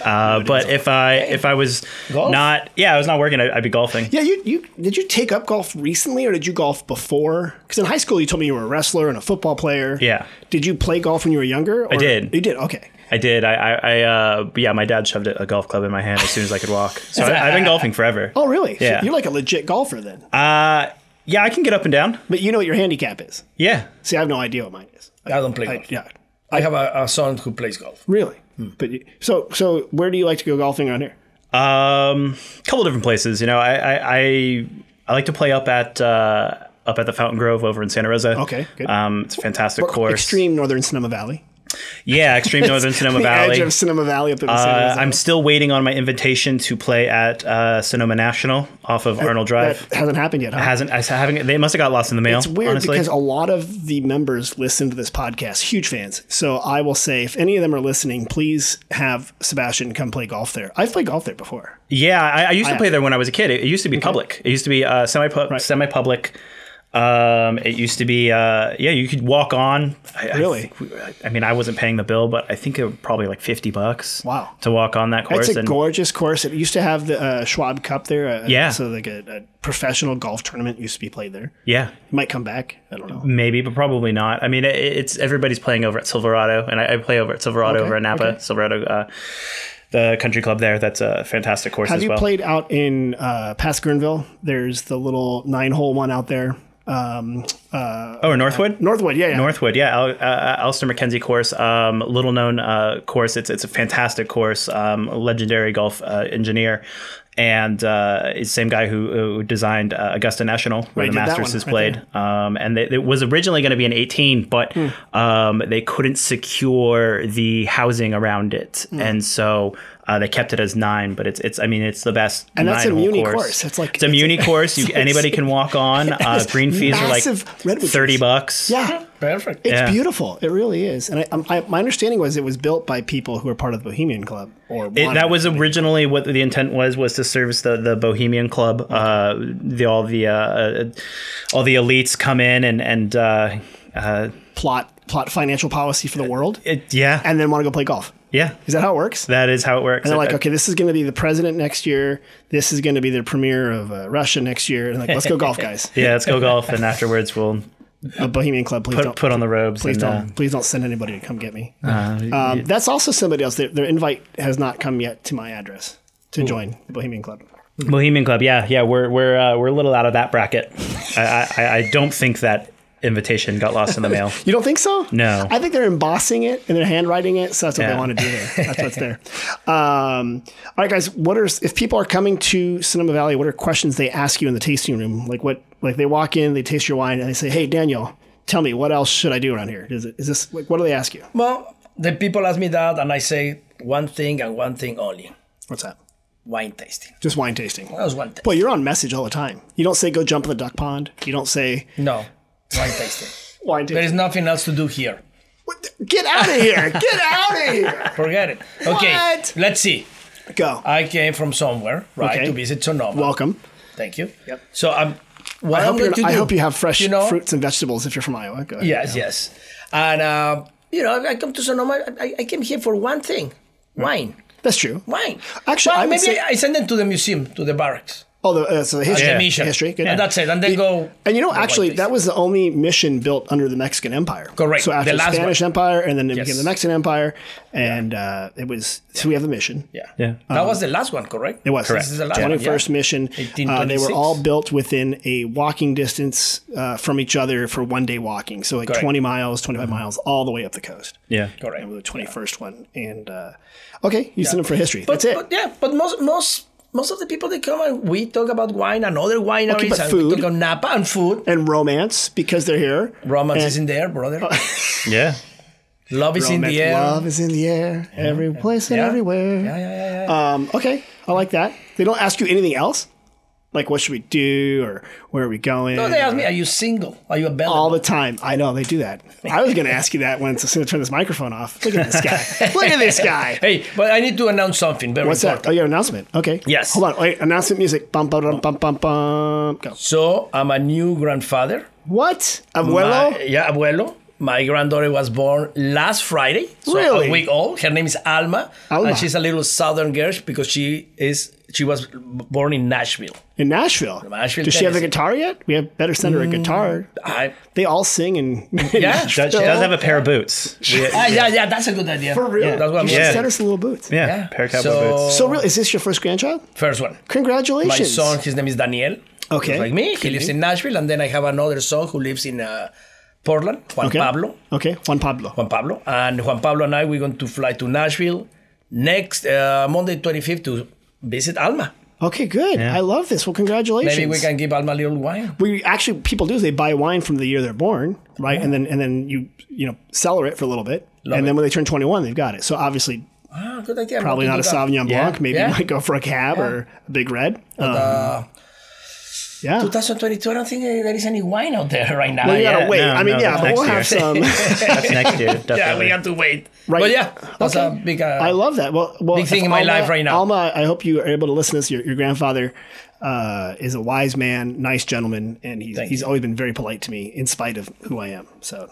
Speaker 2: Uh, but if I, if I was
Speaker 3: Golf?
Speaker 2: not, yeah, I was not working, I, I'd be golfing.
Speaker 1: Yeah, you, you did you take up golf recently, or did you golf before? Because in high school, you told me you were a wrestler and a football player.
Speaker 2: Yeah.
Speaker 1: Did you play golf when you were younger? Or? I
Speaker 2: did.
Speaker 1: You did. Okay.
Speaker 2: I did. I, I, I uh, yeah, my dad shoved a golf club in my hand as soon as I could walk. So I, I've been golfing forever.
Speaker 1: Oh, really? So
Speaker 2: Yeah.
Speaker 1: you're like a legit golfer then.
Speaker 2: Uh, yeah, I can get up and down.
Speaker 1: but you know what your handicap is.
Speaker 2: Yeah.
Speaker 1: See, I have no idea what mine is.
Speaker 3: I don't play golf.
Speaker 1: Yeah.
Speaker 3: I have a, a son who plays golf.
Speaker 1: Really. Hmm. But you, so so where do you like to go golfing around here?
Speaker 2: Um, couple different places. You know, I, I, I, I like to play up at, uh, up at the Fountain Grove over in Santa Rosa.
Speaker 1: Okay, good.
Speaker 2: Um, it's a fantastic course.
Speaker 1: Extreme northern Sonoma Valley.
Speaker 2: Yeah, Extreme Northern Sonoma
Speaker 1: the
Speaker 2: Valley.
Speaker 1: edge of Cinema Valley up in San
Speaker 2: Uh,
Speaker 1: Jose.
Speaker 2: I'm still waiting on my invitation to play at uh, Sonoma National off of Arnold Drive.
Speaker 1: that hasn't happened yet. Huh?
Speaker 2: hasn't I haven't they must have got lost in the mail.
Speaker 1: It's weird
Speaker 2: honestly.
Speaker 1: because a lot of the members listen to this podcast, huge fans. So I will say, if any of them are listening, please have Sebastian come play golf there. I've played golf there before.
Speaker 2: yeah, I, I used to
Speaker 1: I-
Speaker 2: play there when I was a kid. It, it used to be public. It used to be uh, semi semi public. Um, it used to be uh, yeah, you could walk on. I, I
Speaker 1: Really?
Speaker 2: think- I, mean, I wasn't paying the bill, but I think it was probably like fifty bucks.
Speaker 1: Wow.
Speaker 2: to walk on that course.
Speaker 1: It's a
Speaker 2: and
Speaker 1: gorgeous course. It used to have the uh, Schwab Cup there. Uh,
Speaker 2: Yeah.
Speaker 1: So like a, a professional golf tournament used to be played there.
Speaker 2: yeah,
Speaker 1: It might come back. I don't know.
Speaker 2: Maybe, but probably not. I mean, it, it's everybody's playing over at Silverado, and I, I play over at Silverado
Speaker 1: Okay,
Speaker 2: over in Napa,
Speaker 1: okay.
Speaker 2: Silverado, uh, the country club there. That's a fantastic course
Speaker 1: Have
Speaker 2: as
Speaker 1: you
Speaker 2: well.
Speaker 1: played out in uh, past Greenville? There's the little nine hole one out there. Um, uh,
Speaker 2: oh, Northwood.
Speaker 1: Northwood. Yeah. yeah.
Speaker 2: Northwood, yeah, Al, uh, Alistair McKenzie course, um, little known uh, course. It's it's a fantastic course. Um, a legendary golf uh, engineer, and uh, it's the same guy who, who designed uh, Augusta National, where
Speaker 1: Right, did
Speaker 2: the
Speaker 1: that
Speaker 2: Masters
Speaker 1: one,
Speaker 2: is
Speaker 1: right
Speaker 2: played. Um, and they, it was originally going to be an 18, but
Speaker 1: Hmm.
Speaker 2: um, they couldn't secure the housing around it,
Speaker 1: Hmm.
Speaker 2: and so. Uh, they kept it as nine, but it's it's. I mean, it's the best.
Speaker 1: And that's a
Speaker 2: nine-hole
Speaker 1: Muni course. It's like-
Speaker 2: it's a Muni course. You, anybody can walk on. Uh, green fees are like
Speaker 1: massive redwood
Speaker 2: thirty
Speaker 1: trees.
Speaker 2: bucks.
Speaker 1: Yeah.
Speaker 3: Perfect.
Speaker 1: It's
Speaker 2: Yeah.
Speaker 1: beautiful. It really is. And I, um, I, my understanding was it was built by people who were part of the Bohemian Club or
Speaker 2: It,
Speaker 1: wanted
Speaker 2: that was
Speaker 1: to be.
Speaker 2: originally what the intent was was to service the, the Bohemian Club.
Speaker 1: Mm-hmm.
Speaker 2: Uh, the all the uh, uh, all the elites come in and and uh, uh,
Speaker 1: plot plot financial policy for the world,
Speaker 2: it, yeah
Speaker 1: and then want to go play golf.
Speaker 2: yeah
Speaker 1: Is that how it works?
Speaker 2: that is how it works. Uh,
Speaker 1: and they're like,
Speaker 2: It-
Speaker 1: okay, this is going to be the president next year. This is going to be the premier of uh, Russia next year. And like, let's go golf, guys.
Speaker 2: yeah, let's go golf and afterwards we'll
Speaker 1: The Bohemian Club, please
Speaker 2: put,
Speaker 1: don't
Speaker 2: put on Uh-huh. the robes.
Speaker 1: please
Speaker 2: and, uh,
Speaker 1: don't please don't send anybody to come get me. um, that's also somebody else. Their, their invite has not come yet to my address to join the Bohemian Club.
Speaker 2: Bohemian Club. Yeah, yeah, we're we're uh, we're a little out of that bracket. I, I I don't think that invitation got lost in the mail.
Speaker 1: You don't think so?
Speaker 2: No.
Speaker 1: I think they're embossing it and they're handwriting it, so that's what they
Speaker 2: Yeah.
Speaker 1: want to do there. That's what's there. Um, all right, guys. What are if people are coming to Cinema Valley? What are questions they ask you in the tasting room? Like what? Like they walk in, they taste your wine, and they say, "Hey, Daniel, tell me what else should I do around here? Is it is this like what do they ask you?
Speaker 3: Well, the people ask me that, and I say one thing and one thing only:
Speaker 1: What's that?
Speaker 3: wine tasting.
Speaker 1: Just wine tasting.
Speaker 3: That was one thing.
Speaker 1: Boy, you're on message all the time. You don't say go jump in the duck pond. You don't say
Speaker 3: No, wine tasting.
Speaker 1: wine
Speaker 3: There
Speaker 1: tasting.
Speaker 3: is nothing else to do here.
Speaker 1: What the- Get out of here! Get out of here!
Speaker 3: Forget it. Okay,
Speaker 1: What?
Speaker 3: let's see.
Speaker 1: Go.
Speaker 3: I came from somewhere, right,
Speaker 1: Okay.
Speaker 3: to visit Sonoma.
Speaker 1: Welcome.
Speaker 3: Thank you. Yep. So I'm.
Speaker 1: I
Speaker 3: What am
Speaker 1: hope,
Speaker 3: going
Speaker 1: you're,
Speaker 3: to
Speaker 1: I
Speaker 3: do,
Speaker 1: hope you have fresh
Speaker 3: you know,
Speaker 1: fruits and vegetables if you're from Iowa. Go ahead.
Speaker 3: Yes, yes. And uh, you know, I come to Sonoma. I, I came here for one thing: wine.
Speaker 1: That's true.
Speaker 3: Wine.
Speaker 1: Actually,
Speaker 3: Well,
Speaker 1: I would
Speaker 3: maybe
Speaker 1: say-
Speaker 3: I send them to the museum, to the barracks,
Speaker 1: Oh, the, uh, so the
Speaker 3: to
Speaker 1: history.
Speaker 3: the mission.
Speaker 1: History, good.
Speaker 3: And that's it. And they go.
Speaker 1: And you know, actually,
Speaker 3: place.
Speaker 1: that was the only mission built under the Mexican Empire.
Speaker 3: Correct.
Speaker 1: So after the,
Speaker 3: The last
Speaker 1: Spanish Empire, and then it
Speaker 3: Yes.
Speaker 1: became the Mexican Empire, and uh, it was so we have the mission.
Speaker 3: Yeah.
Speaker 2: Yeah.
Speaker 3: That was the last one, correct?
Speaker 1: It was
Speaker 3: This is the last one.
Speaker 1: twenty
Speaker 3: yeah.
Speaker 1: first mission. Uh, they
Speaker 3: 1826.
Speaker 1: were all built within a walking distance uh, from each other for one day walking. So like
Speaker 3: Correct.
Speaker 1: twenty miles, twenty five miles, all the way up the coast.
Speaker 2: Yeah,
Speaker 3: Correct.
Speaker 1: And we're the twenty first one. And uh, okay, you sent them for history.
Speaker 3: But,
Speaker 1: That's it.
Speaker 3: but yeah, but most most most of the people that come and we talk about wine and other wineries
Speaker 1: but
Speaker 3: and
Speaker 1: food.
Speaker 3: we talk about Napa and food.
Speaker 1: and romance because they're here.
Speaker 3: Romance
Speaker 1: And-
Speaker 3: is in there, brother.
Speaker 2: yeah.
Speaker 3: Love is in the
Speaker 1: Romance,
Speaker 3: air.
Speaker 1: Love is in the air, every place and
Speaker 3: Yeah.
Speaker 1: everywhere.
Speaker 3: Yeah, yeah, yeah, yeah.
Speaker 1: Um, okay, I like that. They don't ask you anything else, like what should we do or where are we going?
Speaker 3: no, they ask me, are you single? Are you available?
Speaker 1: all the time. I know they do that. I was going to ask you that once as soon as I turn this microphone off. Look at this guy. Look at this guy.
Speaker 3: Hey, but I need to announce something very
Speaker 1: What's that?
Speaker 3: important.
Speaker 1: Oh, your announcement. Okay.
Speaker 3: Yes.
Speaker 1: Hold on. Wait, announcement music. Bum bum bum bum bum bum. Go.
Speaker 3: So I'm a new grandfather.
Speaker 1: What? Abuelo?
Speaker 3: My- yeah, abuelo. My granddaughter was born last Friday, so
Speaker 1: Really?
Speaker 3: a week old. Her name is Alma,
Speaker 1: Alma.
Speaker 3: and she's a little southern girl because she is she was born in Nashville.
Speaker 1: In Nashville.
Speaker 3: Nashville,
Speaker 1: Does she have a
Speaker 3: Tennessee.
Speaker 1: guitar yet? We have better send her a guitar.
Speaker 3: I,
Speaker 1: They all sing and
Speaker 3: yeah,
Speaker 2: She does she does have a pair of boots. Yeah,
Speaker 3: Ah, yeah, yeah, that's a good idea.
Speaker 1: For real?
Speaker 3: Yeah, Oh, that's what I'm
Speaker 1: you should
Speaker 2: Yeah.
Speaker 1: send us a little boots.
Speaker 2: yeah,
Speaker 3: Yeah.
Speaker 2: pair of cowboy
Speaker 3: So-
Speaker 2: boots.
Speaker 1: So real? Is this your first grandchild?
Speaker 3: First one. My
Speaker 1: Congratulations.
Speaker 3: son, his name is Daniel.
Speaker 1: Okay.
Speaker 3: Just like me, he lives in Nashville, and then I have another son who lives in uh, Portland, Juan
Speaker 1: Okay.
Speaker 3: Pablo.
Speaker 1: Okay, Juan Pablo.
Speaker 3: Juan Pablo. And Juan Pablo and I, we're going to fly to Nashville next uh, Monday 25th to visit Alma.
Speaker 1: Okay, good. I love this. Well, congratulations.
Speaker 3: Maybe we can give Alma a little wine.
Speaker 1: We actually people do they buy wine from the year they're born, right? And then and then you you know cellar it for a little bit. and then when they turn 21, they've got it. So obviously,
Speaker 3: Ah, good idea. I'm
Speaker 1: probably not
Speaker 3: gonna
Speaker 1: a
Speaker 3: do that.
Speaker 1: Sauvignon
Speaker 2: Yeah.
Speaker 1: Blanc. Maybe
Speaker 3: Yeah.
Speaker 1: you might go for a cab or a big red. Um,
Speaker 3: uh,
Speaker 1: yeah.
Speaker 3: 2022. I don't think uh, there is any wine out there right now.
Speaker 1: Well, you gotta
Speaker 2: yeah,
Speaker 1: wait.
Speaker 2: no,
Speaker 1: I mean,
Speaker 2: no,
Speaker 1: yeah,
Speaker 2: that's
Speaker 1: but we'll have
Speaker 2: next
Speaker 1: some.
Speaker 2: That's next year. Definitely.
Speaker 3: yeah, we have to wait.
Speaker 1: Right.
Speaker 3: But yeah, that's a big. Uh,
Speaker 1: I love that. Well, well
Speaker 3: Big thing
Speaker 1: if
Speaker 3: in my
Speaker 1: Alma-
Speaker 3: life right now.
Speaker 1: Alma, I hope you are able to listen to this. Your, your grandfather uh, is a wise man, nice gentleman, and he's, he's always been very polite to me in spite of who I am. So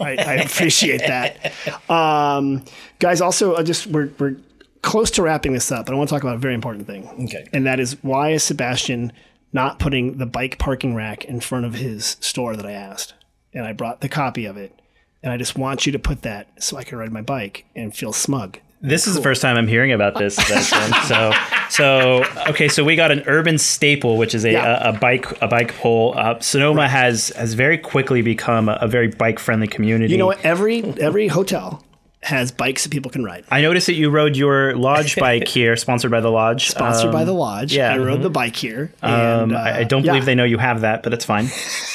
Speaker 1: I, I appreciate that. Um, guys, also, uh, just we're, we're close to wrapping this up, but I want to talk about a very important thing.
Speaker 3: Okay.
Speaker 1: And that is why is Sebastian not putting the bike parking rack in front of his store that I asked? And I brought the copy of it. And I just want you to put that so I can ride my bike and feel smug.
Speaker 2: This is the first time I'm hearing about this. Sebastian. so, so okay, so we got an urban staple, which is a,
Speaker 1: Yeah.
Speaker 2: a, a bike a bike pole. Uh, Sonoma has has very quickly become a, a very bike friendly community.
Speaker 1: You know what? Every every hotel has bikes that people can ride.
Speaker 2: I noticed that you rode your lodge bike here, sponsored by the lodge.
Speaker 1: Sponsored by
Speaker 2: Um,
Speaker 1: the lodge.
Speaker 2: yeah.
Speaker 1: I rode the bike here. And,
Speaker 2: um, I, I
Speaker 1: uh,
Speaker 2: don't
Speaker 1: yeah.
Speaker 2: believe they know you have that, but it's fine.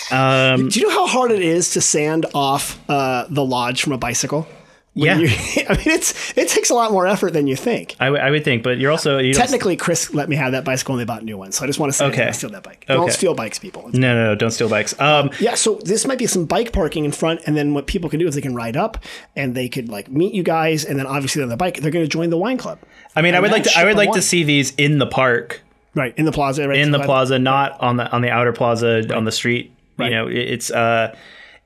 Speaker 1: Do you know how hard it is to sand off uh, the lodge from a bicycle?
Speaker 2: yeah,
Speaker 1: You- I mean, it's it takes a lot more effort than you think.
Speaker 2: I, w- I would think, but you're also you don't,
Speaker 1: Technically, Chris let me have that bicycle and they bought a new one. So I just want to say,
Speaker 2: Okay.
Speaker 1: I steal that bike. Don't
Speaker 2: Okay.
Speaker 1: steal bikes, people. It's-
Speaker 2: no, no, no, don't steal bikes. Um,
Speaker 1: Yeah, so this might be some bike parking in front, and then what people can do is they can ride up and they could like meet you guys, and then obviously on the bike they're going to join the wine club,
Speaker 2: I mean, I would
Speaker 1: then
Speaker 2: like to I
Speaker 1: ship
Speaker 2: would
Speaker 1: them
Speaker 2: like
Speaker 1: one.
Speaker 2: to see these in the park.
Speaker 1: right in the plaza, right
Speaker 2: in the
Speaker 1: By
Speaker 2: plaza, not on the on the outer plaza on the street. You know, it, it's uh,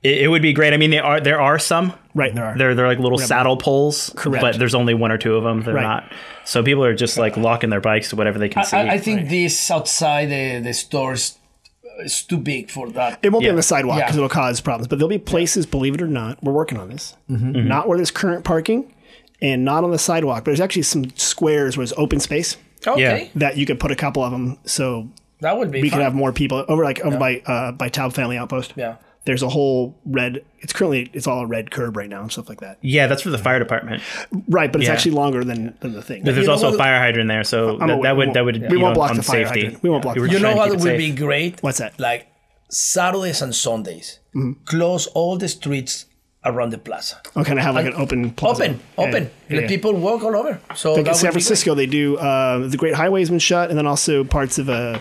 Speaker 2: it, it would be great. I mean, there are there are some.
Speaker 1: Right there are.
Speaker 2: They're they're like little saddle poles,
Speaker 1: Correct.
Speaker 2: But there's only one or two of them. They're
Speaker 1: Right.
Speaker 2: not. So people are just like locking their bikes to whatever they can see.
Speaker 3: I, I think this outside the, the stores uh, is too big for that.
Speaker 1: It won't be on the sidewalk
Speaker 3: Yeah.
Speaker 1: because it'll cause problems. But there'll be places, believe it or not, we're working on this.
Speaker 3: Mm-hmm.
Speaker 1: Not where there's current parking, and not on the sidewalk. But there's actually some squares where there's open space
Speaker 3: Okay,
Speaker 2: Yeah.
Speaker 1: that you could put a couple of them, so
Speaker 3: that would be.
Speaker 1: we
Speaker 3: fun.
Speaker 1: could have more people over like over by uh, by Taub Family Outpost.
Speaker 3: Yeah.
Speaker 1: There's a whole red. It's currently it's all a red curb right now and stuff like that.
Speaker 2: yeah, that's for the fire department.
Speaker 1: Right, but it's
Speaker 2: Yeah.
Speaker 1: actually longer than, than the thing.
Speaker 2: But there's
Speaker 3: know
Speaker 2: also a
Speaker 3: what-
Speaker 2: fire hydrant there, so that,
Speaker 1: aware.
Speaker 2: that
Speaker 1: We
Speaker 2: would that would
Speaker 1: won't- we
Speaker 2: you
Speaker 1: won't
Speaker 2: know,
Speaker 1: block
Speaker 2: on
Speaker 1: the fire
Speaker 2: safety.
Speaker 1: hydrant. We won't block
Speaker 2: were
Speaker 1: the
Speaker 3: You
Speaker 2: just
Speaker 3: know
Speaker 2: trying to
Speaker 3: what
Speaker 2: keep
Speaker 3: would
Speaker 2: it safe.
Speaker 3: be great?
Speaker 1: What's that? Mm-hmm.
Speaker 3: Like Saturdays and Sundays, close all the streets around the plaza.
Speaker 1: I'll kind of have like an open plaza.
Speaker 3: Open,
Speaker 1: Yeah.
Speaker 3: open.
Speaker 1: Yeah.
Speaker 3: Let people walk all over. So
Speaker 1: Like
Speaker 3: that
Speaker 1: in San
Speaker 3: would be great.
Speaker 1: Francisco, they do uh, the Great Highway's been shut, and then also parts of uh,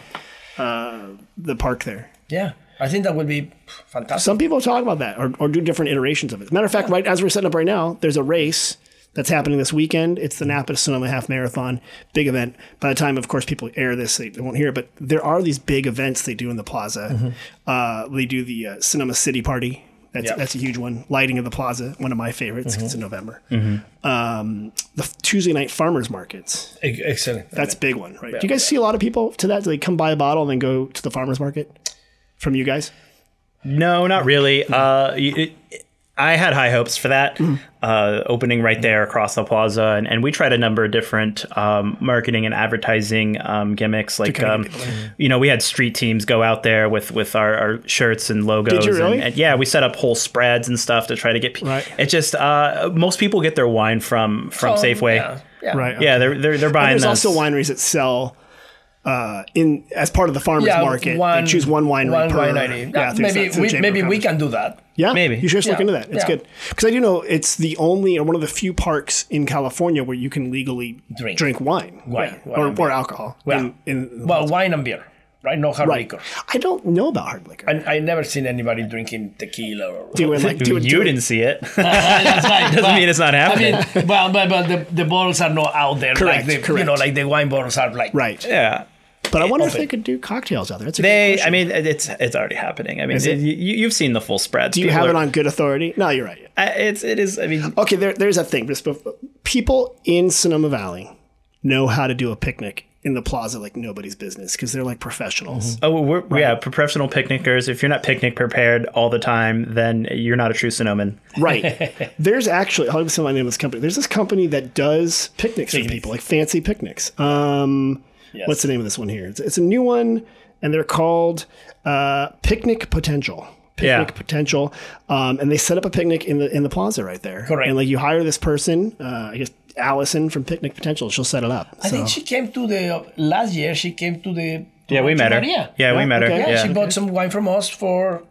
Speaker 1: uh, the park there.
Speaker 3: Yeah, I think that would be fantastic.
Speaker 1: Some people talk about that or, or do different iterations of it. Matter of fact, right as we're setting up right now, there's a race that's happening this weekend. It's the Napa to Sonoma Half Marathon, big event. By the time, of course, people air this, they, they won't hear it, but there are these big events they do in the plaza.
Speaker 3: Mm-hmm.
Speaker 1: Uh, they do the uh, Sonoma City Party. That's,
Speaker 3: Yeah. Mm-hmm.
Speaker 1: that's a huge one. Lighting of the Plaza, one of my favorites. 'cause It's in November. Um, the f- Tuesday night farmers markets.
Speaker 3: E- Excellent.
Speaker 1: That's a big one, right? Do you guys see a lot of people to that? Do they come buy a bottle and then go to the farmers market from you guys?
Speaker 2: No, not really.
Speaker 1: Mm.
Speaker 2: Uh, y- it, I had high hopes for that uh, opening right there across the plaza, and, and we tried a number of different um, marketing and advertising um, gimmicks. Like,
Speaker 1: kinda
Speaker 2: um,
Speaker 1: get
Speaker 2: you know, we had street teams go out there with with our, our shirts and logos.
Speaker 1: Did you
Speaker 2: and-
Speaker 1: really?
Speaker 2: And, yeah, we set up whole spreads and stuff to try to get. Pe-
Speaker 1: Right.
Speaker 2: It just uh, most people get their wine from from
Speaker 3: Oh,
Speaker 2: Safeway.
Speaker 3: Yeah.
Speaker 2: Yeah.
Speaker 3: yeah.
Speaker 1: Right.
Speaker 2: they're they're they're buying
Speaker 1: there's
Speaker 2: those.
Speaker 1: also wineries that sell uh, in as part of the farmers
Speaker 3: Yeah,
Speaker 1: market. they choose one winery
Speaker 3: One
Speaker 1: per.
Speaker 3: winery. Yeah,
Speaker 1: through-
Speaker 3: maybe
Speaker 1: through
Speaker 3: we,
Speaker 1: Chamber
Speaker 3: maybe
Speaker 1: of
Speaker 3: we
Speaker 1: Commerce.
Speaker 3: can do that.
Speaker 1: Yeah,
Speaker 2: Maybe.
Speaker 1: you should just look
Speaker 3: Yeah,
Speaker 1: into that. It's
Speaker 3: yeah.
Speaker 1: good because I do know it's the only or one of the few parks in California where you can legally
Speaker 3: Drink.
Speaker 1: wine,
Speaker 3: Wine,
Speaker 1: Yeah.
Speaker 3: wine
Speaker 1: or,
Speaker 3: and
Speaker 1: or alcohol.
Speaker 3: Yeah.
Speaker 1: in- in-
Speaker 3: Well, wine and beer, right? No hard liquor.
Speaker 1: I don't know about hard liquor.
Speaker 3: And I never seen anybody drinking tequila or.
Speaker 1: doing like doing,
Speaker 2: you
Speaker 1: doing-
Speaker 2: didn't see it.
Speaker 3: That's right.
Speaker 2: Doesn't mean it's not happening.
Speaker 3: I mean, well, but, but the, the bottles are not out there.
Speaker 1: Correct,
Speaker 3: like the, You
Speaker 1: correct.
Speaker 3: know, like the wine bottles are like.
Speaker 1: right.
Speaker 2: yeah.
Speaker 1: But I wonder if
Speaker 3: open.
Speaker 1: they could do cocktails out there. That's a good
Speaker 2: They, I
Speaker 1: question.
Speaker 2: mean, it's it's already happening. I mean,
Speaker 1: it?
Speaker 2: it- you, you've seen the full spread.
Speaker 1: do you have it on good authority? No, you're right.
Speaker 2: It's it is. I mean,
Speaker 1: Okay, there, there's a thing. Just bef- people in Sonoma Valley know how to do a picnic in the plaza like nobody's business because they're like professionals.
Speaker 2: oh, we're yeah, professional picnickers. If you're not picnic prepared all the time, then you're not a true Sonoman.
Speaker 1: Right. there's actually, I'll give some of the name of this company. There's this company that does picnics for people, like fancy picnics. Um, What's the name of this one here? It's, it's a new one, and they're called uh, Picnic Potential.
Speaker 2: Yeah.
Speaker 1: Picnic Potential, um, and they set up a picnic in the in the plaza right there.
Speaker 3: Correct.
Speaker 1: And like you hire this person, uh, I guess Allison from Picnic Potential, she'll set it up.
Speaker 3: I think she came to the last year. She came to the. to
Speaker 2: Yeah, we
Speaker 3: Rancho
Speaker 2: met her.
Speaker 3: Maria.
Speaker 2: Yeah, we met her.
Speaker 1: okay.
Speaker 3: Yeah,
Speaker 2: Yeah,
Speaker 3: she bought some wine from us for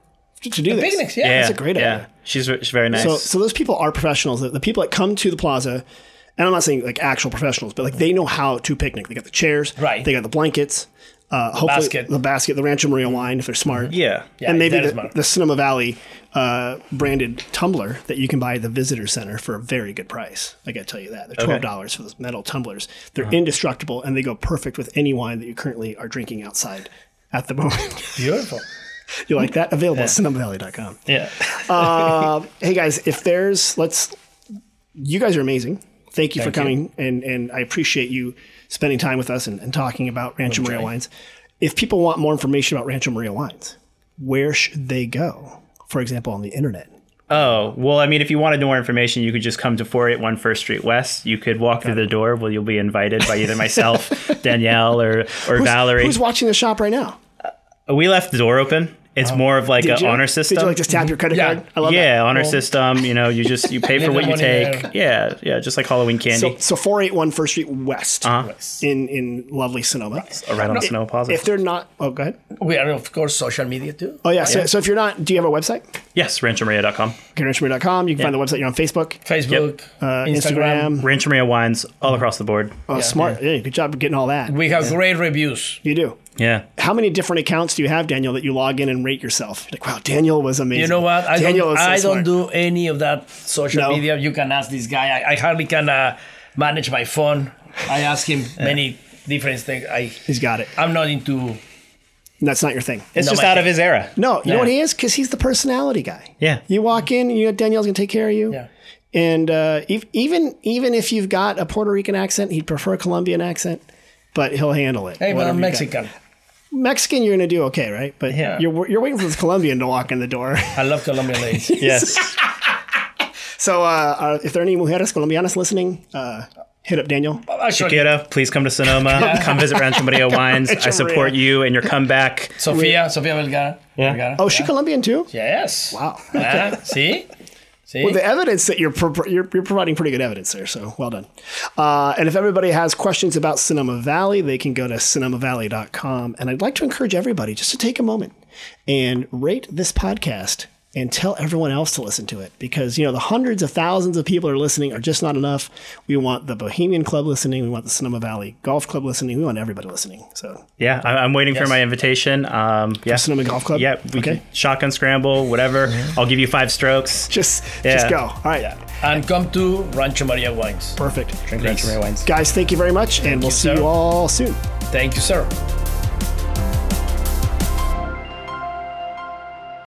Speaker 1: to do this.
Speaker 3: picnics, yeah.
Speaker 1: That's a great
Speaker 2: yeah.
Speaker 1: idea.
Speaker 2: She's, she's very nice.
Speaker 1: So, so those people are professionals. The, the people that come to the plaza, and I'm not saying like actual professionals, but like they know how to picnic. They got the chairs,
Speaker 3: Right.
Speaker 1: They got the blankets, uh, hopefully
Speaker 3: basket.
Speaker 1: the basket, the Rancho Maria wine if they're smart,
Speaker 2: yeah.
Speaker 3: Yeah,
Speaker 1: and maybe
Speaker 3: that is
Speaker 1: the,
Speaker 3: smart.
Speaker 1: the Cinema Valley uh, branded tumbler that you can buy at the visitor center for a very good price. I got to tell you that they're twelve dollars for those metal tumblers. They're
Speaker 3: Uh-huh.
Speaker 1: indestructible and they go perfect with any wine that you currently are drinking outside at the moment.
Speaker 3: Beautiful.
Speaker 1: you like that? Available at cinemavalley.com
Speaker 2: Yeah.
Speaker 1: Uh, hey guys, if there's let's you guys are amazing. Thank you for
Speaker 3: you.
Speaker 1: coming and and I appreciate you spending time with us and, and talking about Rancho Maria wines. If people want more information about Rancho Maria wines, where should they go? For example, on the internet.
Speaker 2: Oh, well, I mean, if you wanted more information, you could just come to 481 First Street West. You could walk through the door where you'll be invited by either myself, Danielle, or, or Valerie.
Speaker 1: Who's watching the shop right now?
Speaker 2: we left the door open. It's more of like
Speaker 1: Oh. Did
Speaker 2: an
Speaker 1: you-
Speaker 2: honor system.
Speaker 1: Did you like just tap your credit
Speaker 3: Yeah.
Speaker 1: card? I love that.
Speaker 2: yeah, honor system. You know, you just you pay for what
Speaker 3: the
Speaker 2: you
Speaker 3: money
Speaker 2: take.
Speaker 3: there.
Speaker 2: Yeah, yeah, just like Halloween
Speaker 1: So,
Speaker 2: candy.
Speaker 1: so 481 First Street West
Speaker 2: Uh-huh.
Speaker 1: in, in lovely Sonoma.
Speaker 2: right on snow
Speaker 1: If
Speaker 2: positive.
Speaker 1: they're not, oh, go ahead.
Speaker 3: We are, of course, social media too.
Speaker 1: Oh, yeah. So, so if you're not, do you have a website?
Speaker 2: Yes, ranchomaria.com.
Speaker 1: Okay, ranchomaria.com. You can find the website. You're on Facebook,
Speaker 3: Facebook,
Speaker 1: uh,
Speaker 3: Instagram.
Speaker 1: Instagram.
Speaker 2: Rancho Maria wines all across the board.
Speaker 1: Oh, smart. Yeah. good job getting all that.
Speaker 3: We have great reviews.
Speaker 1: you do.
Speaker 2: Yeah.
Speaker 1: How many different accounts do you have, Daniel, that you log in and rate yourself? Like, wow, Daniel was amazing.
Speaker 3: You know what? I
Speaker 1: Daniel
Speaker 3: don't,
Speaker 1: is so
Speaker 3: I
Speaker 1: smart.
Speaker 3: don't do any of that social
Speaker 1: No.
Speaker 3: media. You can ask this guy. I, I hardly can uh, manage my phone. I ask him many different things. I,
Speaker 1: He's got it.
Speaker 3: I'm not into.
Speaker 1: That's not your thing.
Speaker 2: It's
Speaker 3: No,
Speaker 2: just
Speaker 3: my
Speaker 2: out of
Speaker 3: thing.
Speaker 2: his era.
Speaker 1: No, you know
Speaker 2: Yeah.
Speaker 1: what he is? Because he's the personality guy.
Speaker 2: Yeah.
Speaker 1: You walk in, you know Daniel's gonna take care of you.
Speaker 3: Yeah.
Speaker 1: And uh, ev- even even if you've got a Puerto Rican accent, he'd prefer a Colombian accent, but he'll handle it.
Speaker 3: Hey, but
Speaker 1: whatever
Speaker 3: I'm
Speaker 1: you got.
Speaker 3: Mexican.
Speaker 1: Mexican, you're gonna do okay, right? But
Speaker 3: Yeah.
Speaker 1: you're you're waiting for this Colombian to walk in the door.
Speaker 3: I love Colombian ladies.
Speaker 2: Yes.
Speaker 1: so uh, uh, if there are any mujeres colombianas listening, uh, hit up Daniel.
Speaker 3: Actually,
Speaker 2: Chiquita, please come to Sonoma. come visit Rancho Maria Wines. I support
Speaker 1: Maria.
Speaker 2: you and your comeback.
Speaker 3: Sofia, Sofia Vergara.
Speaker 2: Yeah.
Speaker 3: Vergara.
Speaker 1: Oh, she Colombian too?
Speaker 3: Yes.
Speaker 1: Wow.
Speaker 3: Ah, see? See?
Speaker 1: Well, the evidence that you're, pro- you're you're providing pretty good evidence there, so well done. Uh, and if everybody has questions about Cinema Valley, they can go to cinemavalley.com. And I'd like to encourage everybody just to take a moment and rate this podcast and tell everyone else to listen to it because you know the hundreds of thousands of people are listening are just not enough. We want the Bohemian Club listening, we want the Cinema Valley Golf Club listening, we want everybody listening. So
Speaker 2: Yeah, I- I'm waiting for my invitation. Um, yeah.
Speaker 1: Sonoma Golf Club?
Speaker 2: Yeah, we
Speaker 1: Okay.
Speaker 2: can shotgun scramble, whatever. I'll give you five strokes.
Speaker 1: just just
Speaker 2: Yeah.
Speaker 1: go. All right.
Speaker 3: And come to Rancho Maria Wines.
Speaker 1: Perfect.
Speaker 2: Drink Rancho Maria Wines.
Speaker 1: Guys, thank you very much and we'll
Speaker 3: you,
Speaker 1: see
Speaker 3: sir.
Speaker 1: you all soon.
Speaker 3: Thank you, sir.